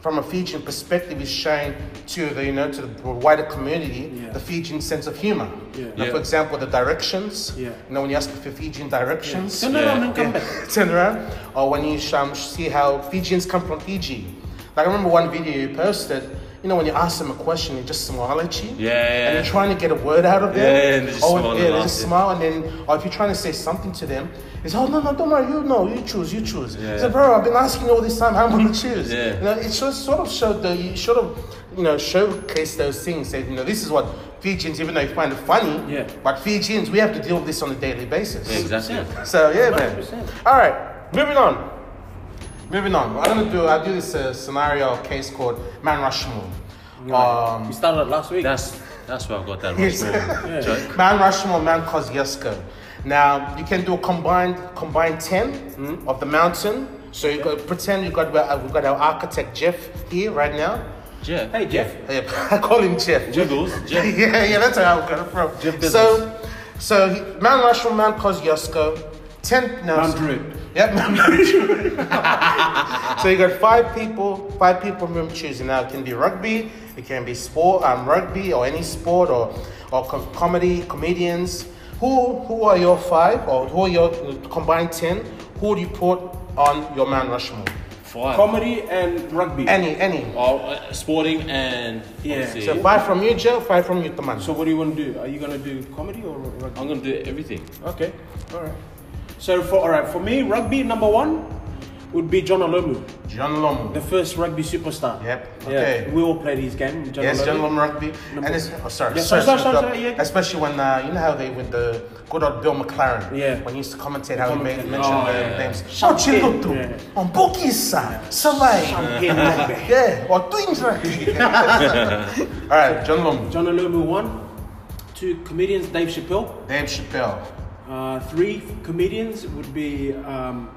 S1: from a Fijian perspective is shown to the, you know, to the wider community,
S3: Yeah.
S1: the Fijian sense of humor.
S3: Yeah.
S1: Now, For
S5: Yeah.
S1: example, the directions.
S3: Yeah.
S1: You know, when you ask for Fijian directions
S3: Turn around
S5: Yeah.
S3: and come back.
S1: turn around, or when you um, see how Fijians come from Fiji. Like I remember one video you posted. You know, when you ask them a question, they just smile at you.
S5: Yeah,
S1: And
S5: yeah,
S1: you're trying to get a word out of them.
S5: Yeah, yeah, and they just
S1: or,
S5: smile and
S1: yeah, they
S5: laugh,
S1: just
S5: yeah.
S1: smile, and then, or if you're trying to say something to them, it's oh no, no, don't worry, you know, you choose, you choose.
S5: Yeah.
S1: So, bro, I've been asking you all this time, how am I gonna choose?
S5: Yeah.
S1: You know, it just sort of showed the, you sort of, you know, showcase those things. That you know, this is what Fijians, even though you find it funny,
S3: Yeah.
S1: but Fijians, we have to deal with this on a daily basis.
S5: yeah, exactly.
S1: So yeah, man.
S3: 100%.
S1: All right, moving on. Moving on. I'm gonna do. I do this uh, scenario case called Man Rushmore. Um,
S3: We started last week.
S5: That's that's where I got that
S1: Yes.
S5: Rushmore joke.
S1: Man Rushmore, Man Kosciuszko. Now you can do a combined combined 10 of the mountain. So you got pretend you got we got our architect Jeff here right now.
S5: Jeff.
S3: hey, Jeff.
S1: Yeah, I call him Jeff.
S5: Jiggles. Jeff.
S1: yeah, yeah, that's where I got it from.
S5: Jeff
S1: so, so he, Man Rushmore, Man Kosciuszko, ten. No,
S3: Mount Druid.
S1: Yep, Mount Druid. so you got five people, five people from choosing. Now it can be rugby, it can be sport, um, rugby or any sport or or com- comedy comedians. Who who are your five or who are your combined ten? Who do you put on your Man Rushmore?
S5: Five.
S3: Comedy and rugby.
S1: Any any.
S5: Oh, uh, sporting and
S3: Yeah.
S5: obviously-
S1: So five from you, Joe. Five from you, Taman.
S3: so what do you want to do? Are you going to do comedy or rugby?
S5: I'm gonna do everything.
S3: Okay, all right. So for all right, for me, rugby number one would be John Olomu,
S1: John Lomu.
S3: the first rugby superstar.
S1: Yep,
S3: Yeah,
S1: okay.
S3: we all played his game. John
S1: Yes,
S3: Olomu.
S1: gentlemen rugby,
S3: Number-
S1: and it's oh, sorry,
S3: Yeah,
S1: sorry,
S3: sorry, sorry,
S1: sorry,
S3: sorry, yeah.
S1: especially when uh, you know how they with the good old Bill McLaren,
S3: Yeah.
S1: when he used to commentate how he made,
S3: Commentate.
S1: mentioned
S5: Oh,
S1: the
S5: yeah.
S1: names.
S3: Shout
S1: Shout
S3: out.
S1: Chilutu,
S3: Yeah.
S1: on Bokisa, Salai,
S3: Again, rugby.
S1: yeah, or Twins rugby. All right, John Lom,
S3: John Olomu one, two comedians Dave Chappelle,
S1: Dave Chappelle,
S3: uh, three comedians would be um,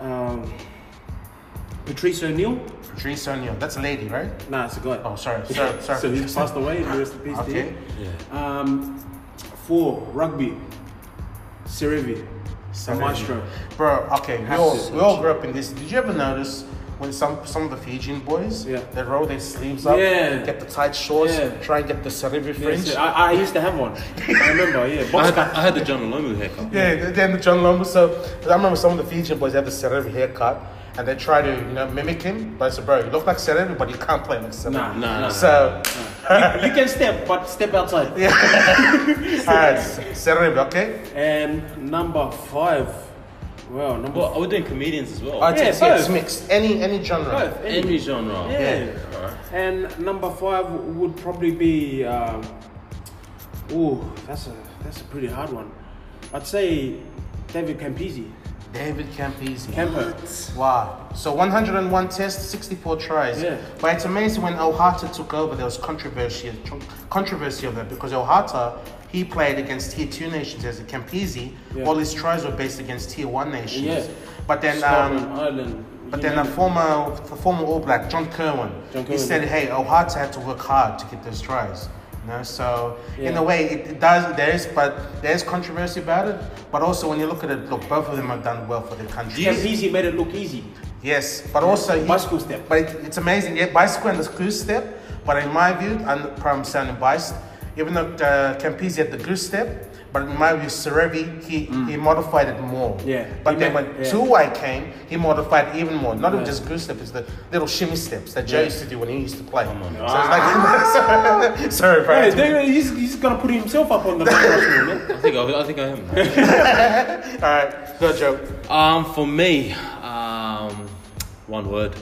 S3: um, Patrice O'Neill.
S1: Patrice O'Neill. That's a lady, right?
S3: Nah, it's a guy.
S1: Oh, sorry, sorry, sorry.
S3: so he passed away. Rest in peace. to
S1: Okay.
S3: him. Um, four rugby, Serevi, Maestro.
S1: Bro, okay, we all,
S3: to.
S1: we all grew up in this. Did you ever notice when some some of the Fijian boys
S3: Yeah.
S1: they roll their sleeves up,
S3: Yeah.
S1: get the tight shorts,
S3: Yeah.
S1: try and get the cerebral fringe?
S3: Yes, I, I used to have one. I remember, yeah.
S5: I
S3: Box
S5: had,
S3: cut.
S5: I had the John Lomu haircut.
S1: Yeah, th- then the John Lombo. So 'cause I remember some of the Fijian boys had the Serevi haircut, and they try to you know mimic him. But I said, bro, you look like Serevi, but you can't play like Serevi.
S3: Nah, nah, nah.
S1: So,
S3: you can step, but step outside.
S1: alright, Serevi, okay.
S3: And number five. Well, number
S5: Well, I was doing comedians as well.
S1: Oh, it's,
S3: Yeah,
S1: it's, yeah, it's
S3: both.
S1: mixed. Any any genre.
S3: five. Any-
S5: Any genre.
S3: Yeah. And number five would probably be. Um, oh, that's a that's a pretty hard one. I'd say David Campisi,
S1: David Campese.
S3: Campo.
S1: Wow. So 101 tests, 64 tries.
S3: Yeah.
S1: But it's amazing when El Hata took over, there was controversy controversy of that because El Hata, he played against tier two nations as a Campese.
S3: Yeah.
S1: All his tries were based against tier one nations.
S3: Yeah.
S1: But then um,
S3: Scotland, Ireland,
S1: But then um, a former, the former All Black, John Kerwin,
S3: John
S1: he
S3: Kerwin.
S1: said, "Hey, Ohata had to work hard to get those tries." You know, so in
S3: Yeah.
S1: a way, it, it does. There is, but there is controversy about it. But also, when you look at it, look, both of them have done well for their country.
S3: Step easy made it look easy.
S1: Yes, but also he-
S3: Bicycle step.
S1: But it, it's amazing. Yeah, bicycle and the goose step. But in my view, I'm probably sounding biased. Even though uh, Campese had the goose step, but in my view, Serevi he, he modified it more.
S3: Mm. Yeah,
S1: But
S3: he
S1: then
S3: made-
S1: when
S3: yeah.
S1: Tuwai came, he modified even more. Not even
S3: Yeah.
S1: just goose step, it's the little shimmy steps that Joe
S3: Yeah. ah.
S1: used to do when he used to play. So it's like sorry, bro.
S3: Hey, they- he's, he's gonna put himself up on the pedestal, man.
S5: I think I, I think I am.
S1: All right, go Joe.
S5: Um, for me, um, one word.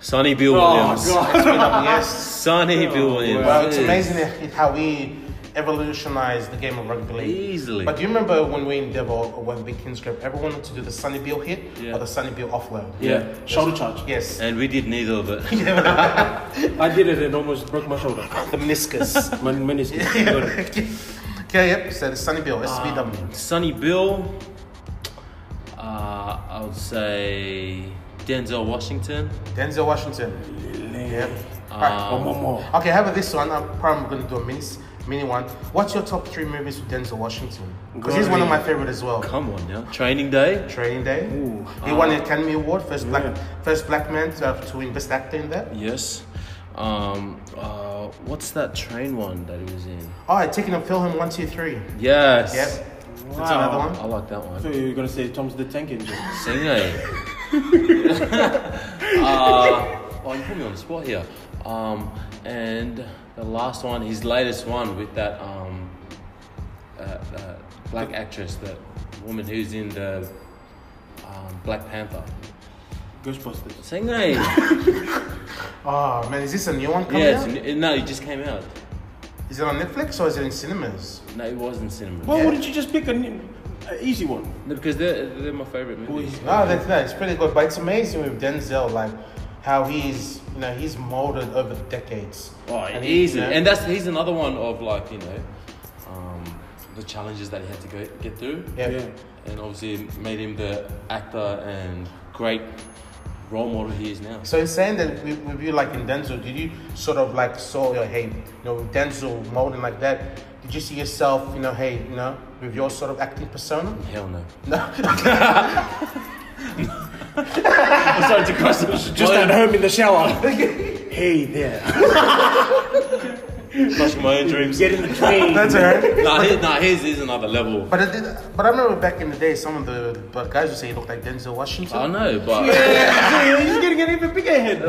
S5: Sonny Bill Williams.
S3: Oh, God.
S1: yes.
S5: Sonny Bill Williams.
S1: Well, it's
S5: Yes.
S1: amazing how we evolutionized the game of rugby league.
S5: Easily.
S1: But do you remember when we in Devil, when Big Kings Grip, everyone wanted to do the Sunny Bill hit
S5: Yeah.
S1: or the Sunny Bill offload?
S3: Yeah, shoulder charge.
S1: Yes.
S5: And we did neither of it.
S3: I did it and almost broke my shoulder.
S1: The meniscus.
S3: My meniscus. Got it.
S1: okay, yep. So the Sunny Bill,
S3: Ah.
S1: SBW.
S5: Sonny Bill. Uh, I would say Denzel Washington.
S1: Denzel Washington. Yep.
S3: Ah.
S1: Alright.
S3: One more.
S1: Okay, how about this one? I'm probably going to do a mini, mini one. What's your top three movies with Denzel Washington? Because he's one of my favorite as well.
S5: Come on, yeah. Training Day.
S1: Training Day. he won the
S3: Ah.
S1: Academy Award, first black first black man to, have to win Best Actor in that.
S5: Yes. Um, uh, what's that train one that he was in?
S1: All right, taking a film one, two, three.
S5: Yes.
S1: Yep, that's
S3: Wow.
S1: another one.
S5: I like that one.
S3: So you were gonna say Tom's the Tank Engine.
S5: Sing it. uh, oh, you put me on the spot here. Um, and the last one, his latest one with that um, uh, uh, black actress, that woman who's in the um, Black Panther.
S3: Ghostbusters.
S5: Sing it.
S1: Oh man, is this a new one coming
S5: yes,
S1: out?
S5: n- no, it just came out.
S1: Is it on Netflix or is it in cinemas?
S5: No, it wasn't cinema.
S3: Well,
S1: Yeah.
S3: wouldn't you just pick an, an easy one?
S5: No, because they're, they're my favorite movies.
S1: No, that's nice. It's pretty good, but it's amazing with Denzel, like how he's you know he's molded over the decades.
S5: Oh,
S1: And he-
S5: easy.
S1: you know-
S5: And that's he's another one of like, you know, um, the challenges that he had to go, get through.
S1: Yeah.
S5: and obviously it made him the actor and great role model he is now.
S1: So he's saying that with, with you, like in Denzel, did you sort of like saw your hey, you know, with Denzel molding like that? Did you see yourself, you know, hey, you know, with your sort of acting persona?
S5: Hell no.
S1: No.
S5: I'm sorry to cross the
S3: Just at home in the shower. hey there.
S5: crushing my own dreams.
S3: Get in the train.
S1: That's alright.
S5: Nah, his, nah, his is another level.
S1: But I did, but I remember back in the day, some of the but guys would say he looked like Denzel Washington.
S5: I know, but
S3: Yeah, He's getting an even bigger head.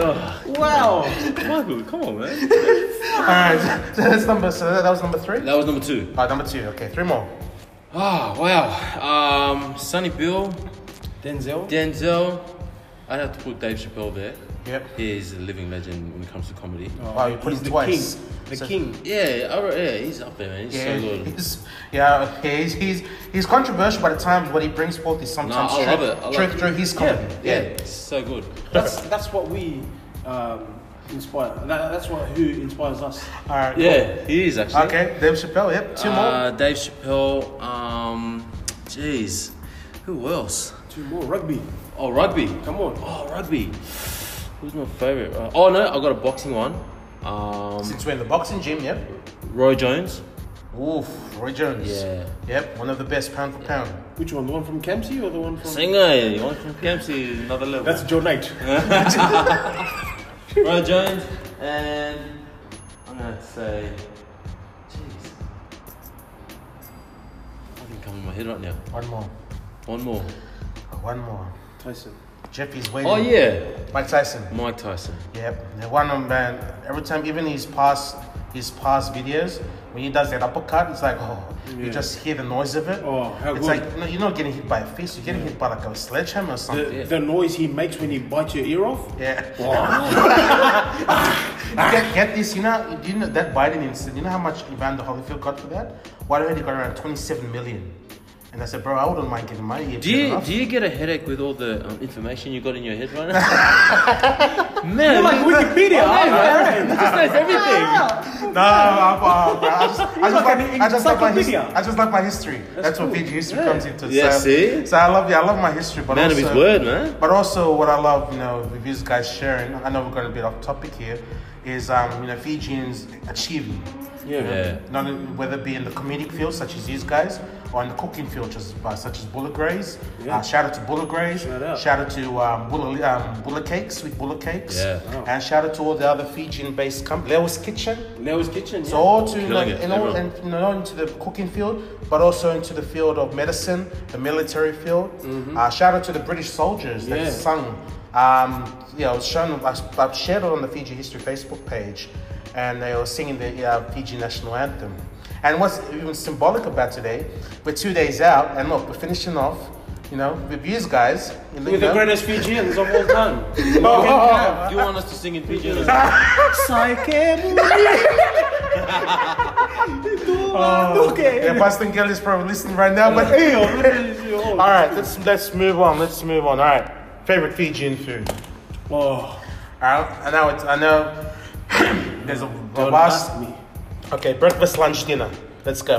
S3: Wow.
S5: Michael, come on, man.
S1: All right, so that's number. So that, that was number three.
S5: That was number two.
S1: All right, number two. Okay, three more.
S5: Ah, wow. Um, Sonny Bill,
S3: Denzel.
S5: Denzel. I'd have to put Dave Chappelle there.
S1: Yep.
S5: He is a living legend when it comes to comedy.
S1: Oh, Wow, you put
S3: He's
S1: him
S3: the
S1: twice.
S3: king. The
S1: So-
S3: king.
S5: Yeah, I, re- yeah, he's up there, man. He's
S1: Yeah,
S5: so good.
S1: he's, yeah, okay, he's, he's he's controversial, but at times what he brings forth is sometimes
S5: I love
S1: truth,
S5: it, I love
S1: truth
S5: it.
S1: through his comedy.
S5: Yeah, it's so good.
S3: That's that's what we um, inspire. That, that's what who inspires us.
S1: All right.
S5: Yeah, he is actually.
S1: Okay, Dave Chappelle. Yep, two more.
S5: Uh, Dave Chappelle. Um, jeez, who else?
S3: Two more rugby.
S5: Oh, rugby.
S3: Come on.
S5: Oh, rugby. Who's my favorite? Uh, oh no, I got a boxing one. Um,
S1: Since we're in the boxing gym, yep.
S5: Roy Jones.
S1: Oof, Roy Jones.
S5: Yeah.
S1: Yep, one of the best pound for pound.
S3: Which one? The one from Kempsey or the one from?
S5: Singer, you want from KMC is another level.
S3: That's Joe Knight.
S5: Roy Jones, and I'm gonna say, jeez, nothing coming in my head right now.
S1: One more.
S5: One more.
S1: One more.
S3: Tyson.
S1: Jeffy's waiting.
S5: Oh yeah,
S1: Mike Tyson.
S5: Mike Tyson.
S1: Yep, the one on man. Every time, even his past, his past videos, when he does that uppercut, it's like oh, you
S3: Yeah.
S1: just hear the noise of it.
S3: Oh, how
S1: it's
S3: good.
S1: like no, you're not getting hit by a fist, you're getting hit by like a sledgehammer or
S3: The,
S1: something.
S3: the noise he makes when he bites your ear off.
S1: yeah,
S3: Wow.
S1: get, get this. You know, you know that Biden incident. You know how much Evander Holyfield got for that? What I heard he got around 27 million. And I said, bro, I wouldn't mind getting my ear.
S5: Do you,
S1: enough.
S5: do you get a headache with all the um, information you got in your head right now? Man,
S3: Like Wikipedia.
S5: man, it just knows everything.
S1: No, I'm, uh, bro, I just, I
S3: He's
S1: just
S3: like
S1: like,
S3: an
S1: I just like my history.
S3: encyclopedia.
S1: I just like my history. That's, what
S3: cool.
S1: Fiji history
S3: Yeah.
S1: comes into.
S5: Yeah,
S1: so,
S5: see?
S1: So I love, yeah, I love my history, but
S5: Man of
S1: also,
S5: his word, man.
S1: But also, what I love, you know, with these guys sharing. I know we're going a bit off topic here. Is um, you know, Fijians achieving,
S3: Yeah.
S5: Yeah.
S1: not in- whether it be in the comedic field such as these guys, or in the cooking field just, uh, such as Bullet Grays.
S3: Yeah.
S1: Uh, shout out to Bullet Grays.
S3: Shout out.
S1: to um, Bullet um, Bullet Cakes, sweet Bullet Cakes.
S5: Yeah.
S3: Wow.
S1: And shout out to all the other Fijian-based companies. Leo's Kitchen.
S3: Leo's kitchen. Yeah.
S1: So all to
S5: Killing
S1: like,
S5: it,
S1: and all,
S5: everyone.
S1: and you know, not into the cooking field, but also into the field of medicine, the military field. Uh, shout out to the British soldiers that
S3: Mm-hmm. Yeah.
S1: sung. Um, you know, shown, I, I've shared it on the Fiji History Facebook page, and they were singing the uh, Fiji national anthem. And what's even symbolic about today, we're two days out, and look, we're finishing off. You know, with these guys. you
S3: With
S1: know.
S3: the greatest Fijians of all time.
S5: Do you want us to sing in Fijian? as well?
S1: Oh, Yeah, Pastor Ngeli is probably listening right now, but hey, all right, let's let's move on. Let's move on. All right, favorite Fijian food.
S3: Oh,
S1: All right, I know it's, I know. there's a, a
S3: don't
S1: vast.
S3: ask me.
S1: Okay, breakfast, lunch, dinner. Let's go.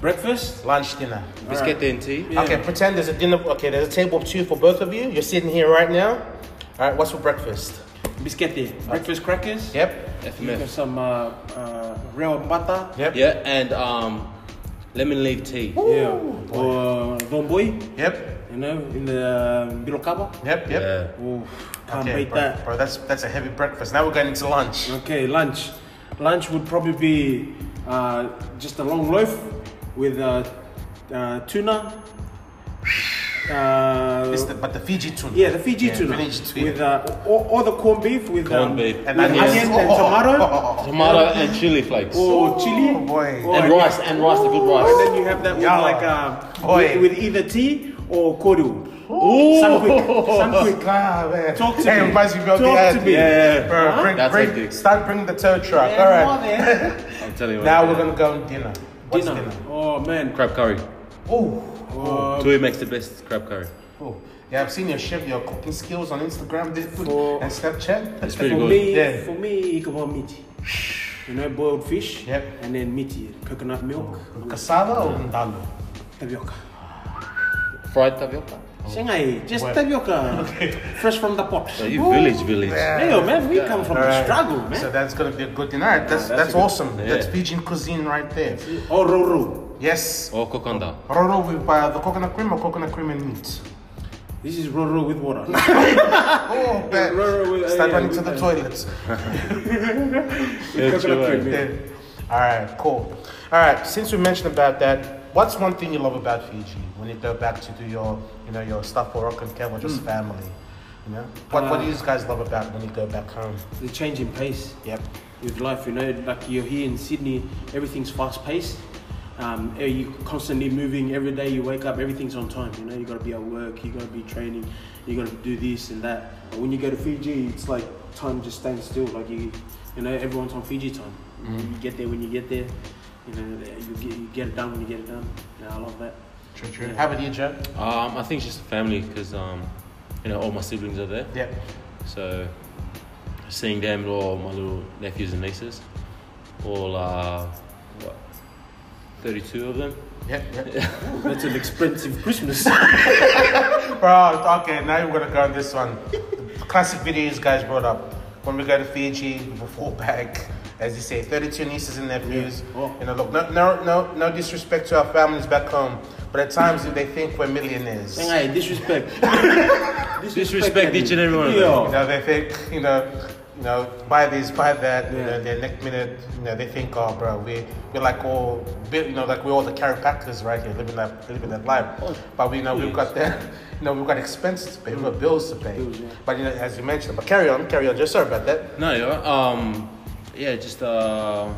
S3: Breakfast?
S1: Lunch, dinner.
S5: Biscuit and tea.
S3: Yeah.
S1: Okay, pretend there's a dinner. Okay, there's a table of two for both of you. You're sitting here right now. All right, what's for breakfast?
S3: Biscotti. Breakfast crackers.
S1: Yep.
S3: You got
S5: FMF.
S3: some uh, uh, real butter.
S1: Yep.
S5: Yeah, and um, lemon leaf tea.
S3: Yeah. Or domboi,
S1: Yep.
S3: you know, in the um, Bilokaba.
S1: Yep. Yep.
S5: Yeah.
S3: Oof, can't
S1: Okay,
S3: beat
S1: bro,
S3: that.
S1: bro, that's that's a heavy breakfast. Now we're going into lunch.
S3: Okay, lunch. Lunch would probably be uh, just a long loaf with uh, uh, tuna. Uh,
S1: It's the, but the Fiji tuna.
S3: yeah, the Fiji
S1: Yeah,
S3: tuna.
S1: Fiji tuna.
S3: With uh, all, all the corned beef with
S5: Corned
S3: um,
S5: beef.
S3: and
S5: And
S3: onion,
S5: onions.
S3: and
S1: Oh, oh,
S3: tomato.
S1: oh, oh, oh.
S5: Tomato and chili flakes.
S3: Or chili.
S1: boy.
S3: Or-
S5: And rice, and rice, the good rice.
S3: And then you have that with
S1: Yeah.
S3: like uh,
S1: Boy.
S3: with, with either tea or kodu.
S5: Ooh.
S3: Some quick, some quick.
S1: God, man.
S3: Talk to
S1: ah, hey,
S3: me.
S1: reminds me about
S3: Talk
S1: the ad.
S3: to me.
S5: Yeah.
S1: Bro,
S3: Huh?
S1: bring,
S5: That's
S1: bring,
S5: hectic.
S1: start bringing the tow truck.
S3: Yeah,
S1: All
S3: more
S1: right.
S3: there.
S5: I'm telling you. what,
S1: Now
S5: man.
S1: we're gonna go on dinner. What's
S3: dinner.
S1: dinner?
S3: Oh man.
S5: crab curry.
S1: Oh,
S3: Um,
S5: Tui makes the best crab curry.
S1: oh. Yeah, I've seen your chef, your cooking skills on Instagram this
S3: Oh.
S1: and Snapchat.
S5: It's pretty
S3: for
S5: good.
S3: me,
S1: Yeah.
S3: for me, ikaba meaty. You know, boiled fish.
S1: Yep. Oh.
S3: And then meaty, coconut milk,
S1: Cassava or ndalo?
S3: tapioca.
S5: Fried tapioca.
S3: Shanghai, just
S1: Oh. Well.
S3: tapioca, fresh from the pot.
S5: So you village, village.
S3: Hey, yo, man, we come from the
S1: Alright.
S3: struggle,
S1: So
S3: man.
S1: that's gonna be a good dinner. All right, that's
S5: that's
S1: that's,
S5: a good-
S1: awesome.
S5: yeah.
S1: That's Fijian cuisine right there.
S3: Oh, roro.
S1: Yes.
S5: Or kokonda.
S1: Roro with uh, the coconut cream or coconut cream and meat.
S3: Oh, This is roro with water.
S1: Oh, bad.
S3: roro with- uh,
S1: Start
S3: yeah,
S1: running to
S3: with-
S1: the toilets.
S5: Yeah,
S3: coconut
S5: true,
S3: cream. yeah.
S1: Yeah. All right, cool. All right, since we mentioned about that, what's one thing you love about Fiji when you go back to do your, you know, your stuff for rock and or just family? You know, what what do you guys love about when you go back home?
S3: The change in pace.
S1: Yep.
S3: with life. You know, like you're here in Sydney, everything's fast paced. Um, eh, you're constantly moving every day. You wake up, everything's on time. You know, you got to be at work, you got to be training, you got to do this and that. But when you go to Fiji, it's like time just stands still. Like you, you know, everyone's on Fiji time.
S5: Mm.
S3: You get there when you get there. You know, you get, you get it done when you get it done. Yeah, I love that.
S1: True, true. How about you, Joe?
S5: Um, I think it's just family because um, you know all my siblings are there,
S1: Yep.
S5: so seeing them and all my little nephews and nieces, all uh, what, thirty-two of them.
S1: Yep, yep.
S3: That's an expensive Christmas.
S1: Bro, okay, now we're gonna go on this one. The classic video you guys brought up. When we go to Fiji, we fall back. As you say, 32 nieces and nephews.
S3: Yeah. Oh.
S1: You know, look, no, no, no, no disrespect to our families back home, but at times they think we're millionaires.
S3: hey, disrespect.
S5: Disrespect each and every one of them.
S1: You
S3: Yeah.
S1: know, they think, you know, you know, buy this, buy that, you
S3: Yeah.
S1: know, their next minute, you know, they think, oh, bro, we, we're like all, bit- you know, like we're all the carry packers right here, living that, living that life.
S5: Oh,
S1: but we know we've
S5: yes.
S1: got that, you know, we've got expenses to pay, we've got bills to pay.
S3: Bills, yeah.
S1: But, you know, as you mentioned, but carry on, carry on, just sorry about that.
S5: No, you're right. um, yeah, just uh,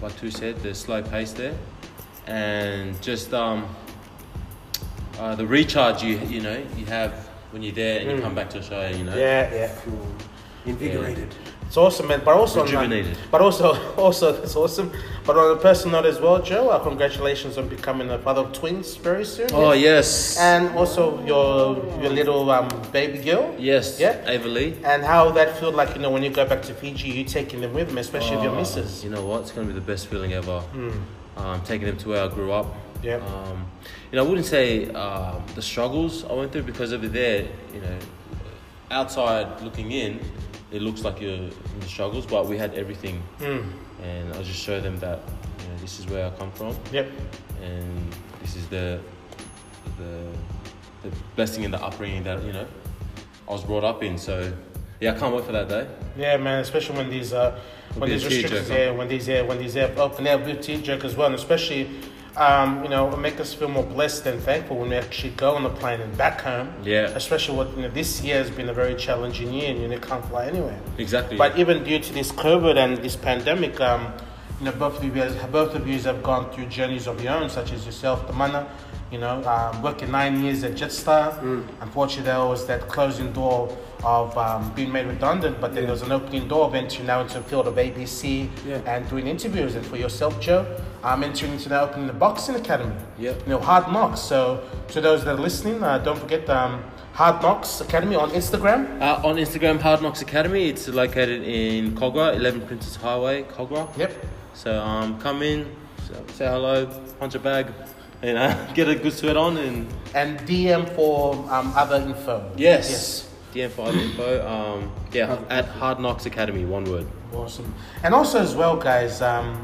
S5: like Tu said, the slow pace there, and just um, uh, the recharge you you know you have when you're there and you come back to Australia. You know,
S1: Yeah, yeah.
S3: invigorated.
S1: It's awesome, man. But also, on that-
S5: Rejuvenated.
S1: but also, also that's awesome. But on a personal note as well, Joe, uh, congratulations on becoming a father of twins very soon.
S5: Oh yes.
S1: And also your your little um, baby girl.
S5: yes.
S1: Yeah.
S5: Ava Lee.
S1: And how that feel like, you know, when you go back to Fiji, you taking them with them, especially your
S5: Oh,
S1: missus. Hmm,
S5: You know what? It's gonna be the best feeling ever. Um, taking them to where I grew up.
S1: Yep.
S5: Um, you know, I wouldn't say um, the struggles I went through because over there, you know, outside looking in, it looks like you're in the struggles, but we had everything,
S1: Mm.
S5: and I just show them that you know, this is where I come from,
S1: Yep.
S5: and this is the the the blessing and the upbringing that you know I was brought up in. So yeah, I can't wait for that day.
S1: Yeah, man. Especially when these uh, when
S5: be a
S1: these restrictions,
S5: tearjerker.
S1: yeah, when these, yeah, when these, yeah, oh, and they'll be a tearjerker as well, and especially, um, you know, make us feel more blessed and thankful when we actually go on the plane and back home.
S5: Yeah.
S1: Especially what you know, this year has been a very challenging year, and you know, can't fly anywhere.
S5: Exactly.
S1: But even due to this COVID and this pandemic, um, you know, both of you guys, both of you have gone through journeys of your own, such as yourself, Damana, you know, um, working nine years at Jetstar. Unfortunately, there was that closing door of um, being made redundant, but then there was an opening door of entering now into the field of ABC
S3: Yeah.
S1: and doing interviews. And for yourself, Joe, I'm entering into now opening the boxing academy.
S5: Yeah.
S1: You know, Hard Knocks. So to those that are listening, uh, don't forget um, Hard Knocks Academy on Instagram.
S5: Uh, on Instagram, Hard Knocks Academy. It's located in Cogra, 11 Princess Highway, Cogra.
S1: Yep.
S5: So um, come in, s- say hello, punch a bag, you know, get a good sweat on, and
S1: and DM for um, other info.
S5: yes, DM for other info. Um, yeah, at Hard Knocks Academy, one word.
S1: Awesome. And also as well, guys, um,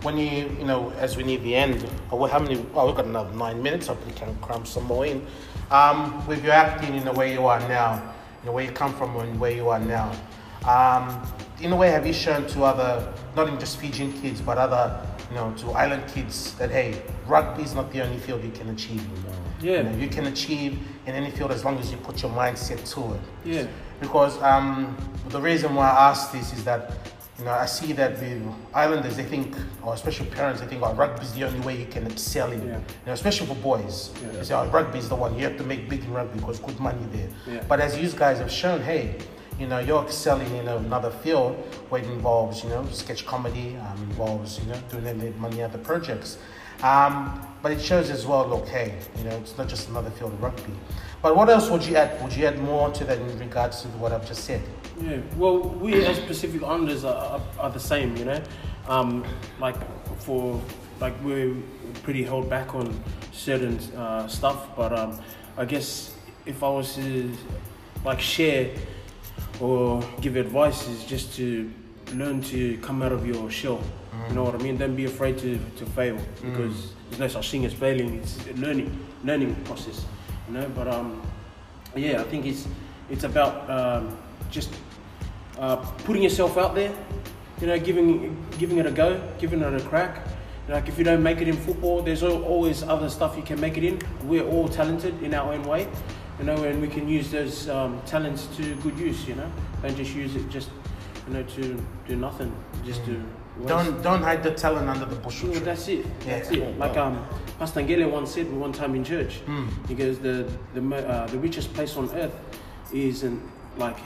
S1: when you you know as we near the end, oh, well, how many? Oh, we've got another nine minutes. Hopefully, can cram some more in. Um, with your acting in the way you are now, in the way you come from, and where you are now. Um, in a way, have you shown to other, not even just Fijian kids, but other, you know, to island kids that hey, rugby is not the only field you can achieve. You know?
S3: Yeah.
S1: You, know, you can achieve in any field as long as you put your mindset to it
S3: Yeah.
S1: because um, the reason why I ask this is that you know I see that the islanders they think, or especially parents, they think, oh, rugby is the only way you can excel in.
S3: Yeah.
S1: You know, especially for boys,
S3: Yeah.
S1: they say, oh, rugby is the one you have to make big in rugby because good money there.
S3: Yeah.
S1: But as you guys have shown, hey. You know, you're excelling in another field where it involves, you know, sketch comedy, um, involves, you know, doing any- many other projects. Um, but it shows as well, look, hey, you know, it's not just another field of rugby. But what else would you add? Would you add more to that in regards to what I've just said?
S3: Yeah, well, we as Pacific Islanders are, are, are the same, you know. Um, like for like we're pretty held back on certain uh, stuff, but um, I guess if I was to like share or give advice is just to learn to come out of your shell. You know what I mean? Don't be afraid to, to fail because there's no such thing as failing. It's a learning, learning process. You know, but um, yeah, I think it's it's about um, just uh, putting yourself out there, you know, giving giving it a go, giving it a crack. Like if you don't make it in football, there's al- always other stuff you can make it in. We're all talented in our own way, you know, and we can use those um, talents to good use, you know. Don't just use it just, you know, to do nothing, just to waste.
S1: Don't don't hide the talent under the bushel
S3: Well,
S1: tree.
S3: that's it.
S1: Yeah.
S3: That's it. Like um, Pastor Ngele once said one time in church, he goes, the the mo- uh, the richest place on earth isn't like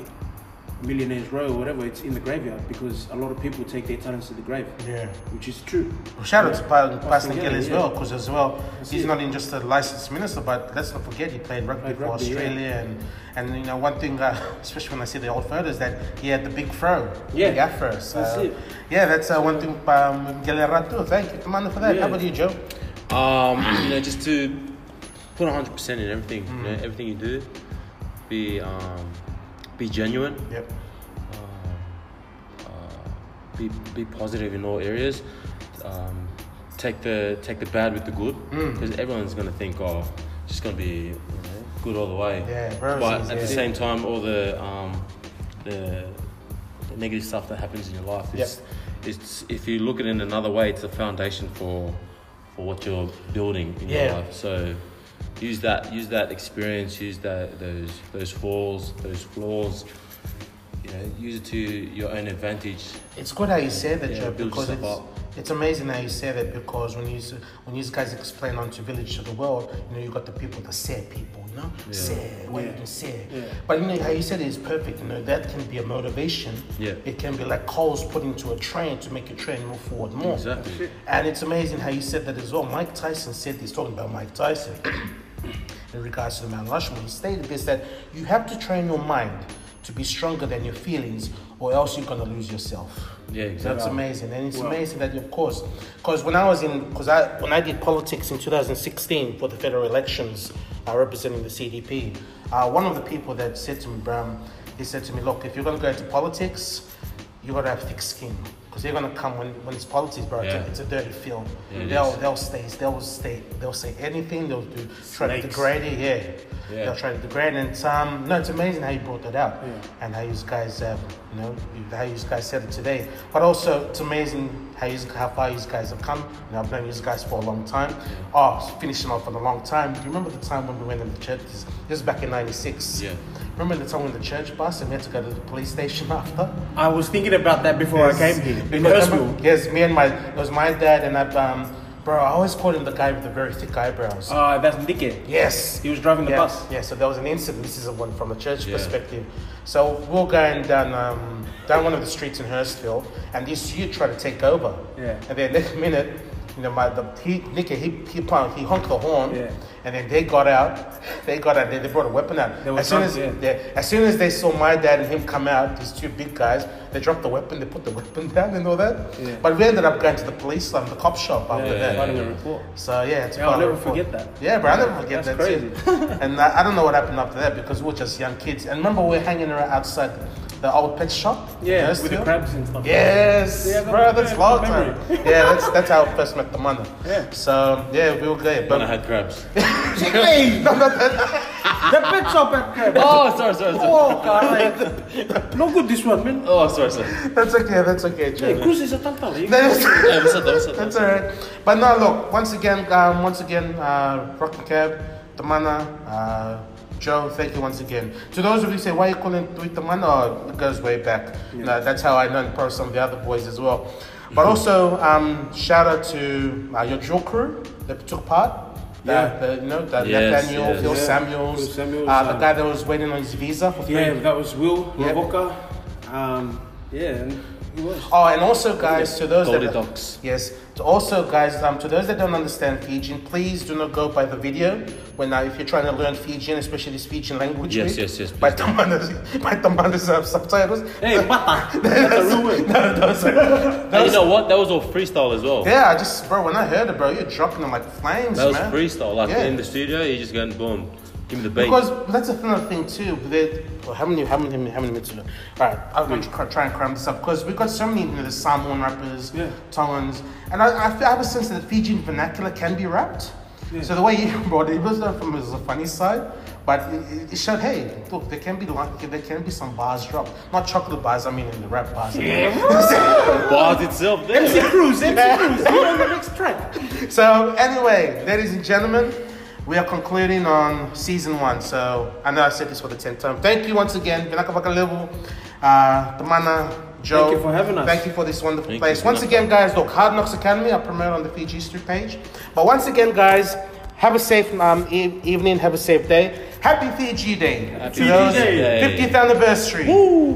S3: millionaires row or whatever. It's in the graveyard because a lot of people take their talents to the grave,
S1: Yeah.
S3: which is true.
S1: Shout out to pa-
S3: Pastor
S1: Pastor Kelly
S3: Kelly,
S1: as
S3: yeah.
S1: well, because as well, he's
S3: it.
S1: not in just a licensed minister, but let's not forget he played rugby
S3: Played
S1: for
S3: rugby, yeah.
S1: Australia, and and you know one thing, uh, especially when I see the old photos, that he had the big fro,
S3: Yeah.
S1: big afro. So
S3: That's it.
S1: yeah, that's uh, one thing. Um, Ngele Ratu, thank you, Commander, for that.
S3: Yeah.
S1: How about you, Joe?
S5: Um, you know, just to put 100% in everything, you know, everything you do, be um, be genuine,
S1: Yep.
S5: uh, be be positive in all areas. Um, take the take the bad with the good,
S1: Hmm.
S5: because everyone's gonna think, oh, just gonna be you know, good all the way.
S1: Yeah, bro,
S5: but
S1: it's
S5: at the
S1: easy.
S5: same time, all the um, the, the negative stuff that happens in your life is it's if you look at it in another way, it's the foundation for for what you're building in
S1: Yeah.
S5: your life. So. Use that, use that experience, use that those those falls, those flaws, you know, use it to your own advantage.
S1: It's good how you say that,
S5: Yeah,
S1: Joe,
S5: build
S1: because
S5: yourself
S1: it's, it's amazing how you say that because when you s- when these guys explain onto village to the world, you know, you got the people, the sad people, you you know, sad, what
S3: Yeah.
S1: you sad.
S3: Yeah.
S1: But you know how you said it's perfect. You know that can be a motivation.
S5: Yeah.
S1: It can be like coals put into a train to make a train move forward more.
S5: Exactly.
S1: And it's amazing how you said that as well. Mike Tyson said this, talking about Mike Tyson in regards to the Mount Rushmore. He stated this that you have to train your mind to be stronger than your feelings, or else you're gonna lose yourself.
S5: Yeah, exactly.
S1: That's amazing, and it's
S3: Wow.
S1: amazing that of course, because when I was in, because I when I did politics in 2016 for the federal elections, uh, representing the CDP, uh, one of the people that said to me, Bram, he said to me, look, if you're gonna go into politics, you gotta have thick skin, because they're gonna come when, when it's politics, bro.
S5: Yeah.
S1: It's a dirty field.
S5: Yeah, it
S1: they'll
S5: is.
S1: they'll stay, they'll stay, they'll say anything. They'll do try to
S3: Snakes.
S1: degrade it. Yeah.
S5: Yeah.
S1: They'll try to degrade, and it's, um, no, it's amazing how you brought that out
S3: Yeah.
S1: and how you guys, um, you know, how you guys said it today. But also, it's amazing how you, how far you guys have come. You know, I've known you guys for a long time. Oh, finishing off on a long time. Do you remember the time when we went in the church? This this was back in '96.
S5: Yeah.
S1: Remember the time when the church bus and we had to go to the police station after?
S3: I was thinking about that before I came here. In Hurstville.
S1: Yes, me and my it was my dad and I, um, bro. I always called him the guy with the very thick eyebrows.
S3: Uh, that's Ndike.
S1: yes.
S3: He was driving the
S1: yeah,
S3: bus.
S1: Yeah, so there was an incident. This is a one from a church
S5: Yeah.
S1: perspective. So we we're going down um, down one of the streets in Hurstville, and these youth try to take over.
S3: Yeah.
S1: And then next minute, you know, my the he Nicky he he, punked, he honked the horn.
S3: Yeah.
S1: And then they got out. They got out. They, they brought a weapon out.
S3: They were
S1: as soon
S3: drunk,
S1: as
S3: yeah.
S1: they, as soon as they saw my dad and him come out, these two big guys, they dropped the weapon. They put the weapon down and all that.
S3: Yeah.
S1: But we ended up going to the police, um, the cop shop after
S5: yeah,
S1: that.
S5: yeah.
S3: Writing a report.
S1: So yeah, it's
S3: Yeah, I'll
S1: part of
S3: never
S1: the report.
S3: forget that.
S1: Yeah, bro, I never forget that.
S3: That's
S1: too. and uh, I, I don't know what happened after that because we were just young kids. And remember, we were hanging around outside the old pet shop. in
S3: Yeah, with the
S1: Hurstville?
S3: crabs and stuff.
S1: Yes,
S3: Yeah, I got
S1: bro,
S3: my-
S1: that's
S3: yeah,
S1: long
S3: my
S1: time. yeah, that's that's how I first met the mother.
S3: Yeah.
S1: So yeah, we were good,
S5: When I
S1: but
S5: had crabs.
S3: The pet shop at crab.
S5: oh, sorry, sorry, sorry.
S3: Oh, God. No good this one, man.
S5: Oh, sorry, sorry.
S1: that's okay. That's okay,
S3: Hey,
S1: Joe.
S3: Cruz is a tantal.
S1: That's-
S5: Yeah, what's up, what's up,
S1: That's
S5: what's
S1: all right. But no, look, once again, um, once again, uh, Rockin' Cab, Tamana, uh, Joe, thank you once again. To those of you who say, why you calling it Tamana? Oh, it goes way back. No, that's how I learned from some of the other boys as well. But also, um, shout out to uh, your drill crew that took part. That, the, you know, that
S5: Yes,
S1: Nathaniel,
S5: yes.
S1: Phil
S3: Yeah,
S1: Samuels,
S3: Phil Samuels,
S1: uh, the
S3: um,
S1: guy that was waiting on his visa for three
S3: Yeah, that was Will
S1: Yeah.
S3: Rovoka. Um, yeah, and he was.
S1: Oh, and also, guys, to those that
S5: Goldilocks.
S1: yes, to also, guys, um, to those that don't understand Fijian, please do not go by the video. When uh, if you're trying to learn Fijian, especially this Fijian language,
S5: Yes,
S1: week,
S5: yes, yes,
S1: By Tamana's, by Tamana's uh, subtitles.
S3: Hey, Pata. That's a real word.
S1: No, those,
S5: And you
S1: those,
S5: know what? That was all freestyle as well.
S1: yeah, I just bro, when I heard it, bro, you're dropping them like flames,
S5: That was
S1: man.
S5: freestyle. Like
S1: Yeah.
S5: in the studio, you just going boom, give me the beat.
S1: Because that's another thing too. That well, how many, how many, how many minutes? All right, I'm gonna try, try and cram this up because we've got so many, you know, the Samoan rappers,
S3: Yeah.
S1: Tongans, and I, I, feel- I have a sense that the Fijian vernacular can be rapped. So the way you brought it, it was not from it was the funny side, but it, it showed, hey, look, there can be like, there can be some bars dropped, not chocolate bars, I mean, in the rap bars.
S5: bars itself there.
S3: MC Cruz, MC Cruz. You're on the next track.
S1: So anyway, ladies and gentlemen, we are concluding on season one. So I know I said this for the tenth time. Thank you once again, Vinakavakalevu, uh, Tamana, Joe.
S3: Thank you for having us.
S1: Thank you for this wonderful
S5: Thank
S1: place.
S5: you,
S1: Once
S5: Vinaka.
S1: again, guys, look, Hard Knocks Academy. I promote on the Fiji History page. But once again, guys, have a safe um, e- evening. Have a safe day. Happy Fiji Day.
S5: Happy
S1: to those
S3: Fiji
S5: Day.
S1: 50th anniversary.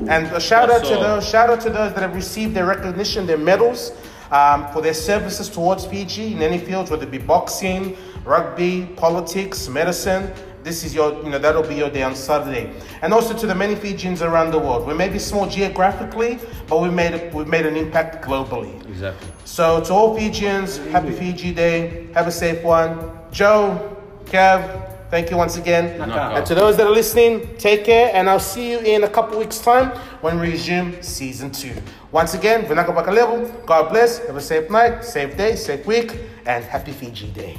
S1: And a shout out
S5: That's
S1: to
S5: all.
S1: those shout out to those that have received their recognition, their medals um, for their services towards Fiji in any fields, whether it be boxing, rugby, politics, medicine. This is your, you know, that'll be your day on Saturday. And also to the many Fijians around the world. We may be small geographically, but we made a, we've made an impact globally.
S5: Exactly.
S1: So to all Fijians, happy Fiji Day. Have a safe one. Joe, Kev, thank you once again.
S5: Knockout.
S1: And to those that are listening, take care, and I'll see you in a couple weeks' time when we resume season two. Once again, Vinaka Bakalevu, God bless, have a safe night, safe day, safe week, and happy Fiji Day.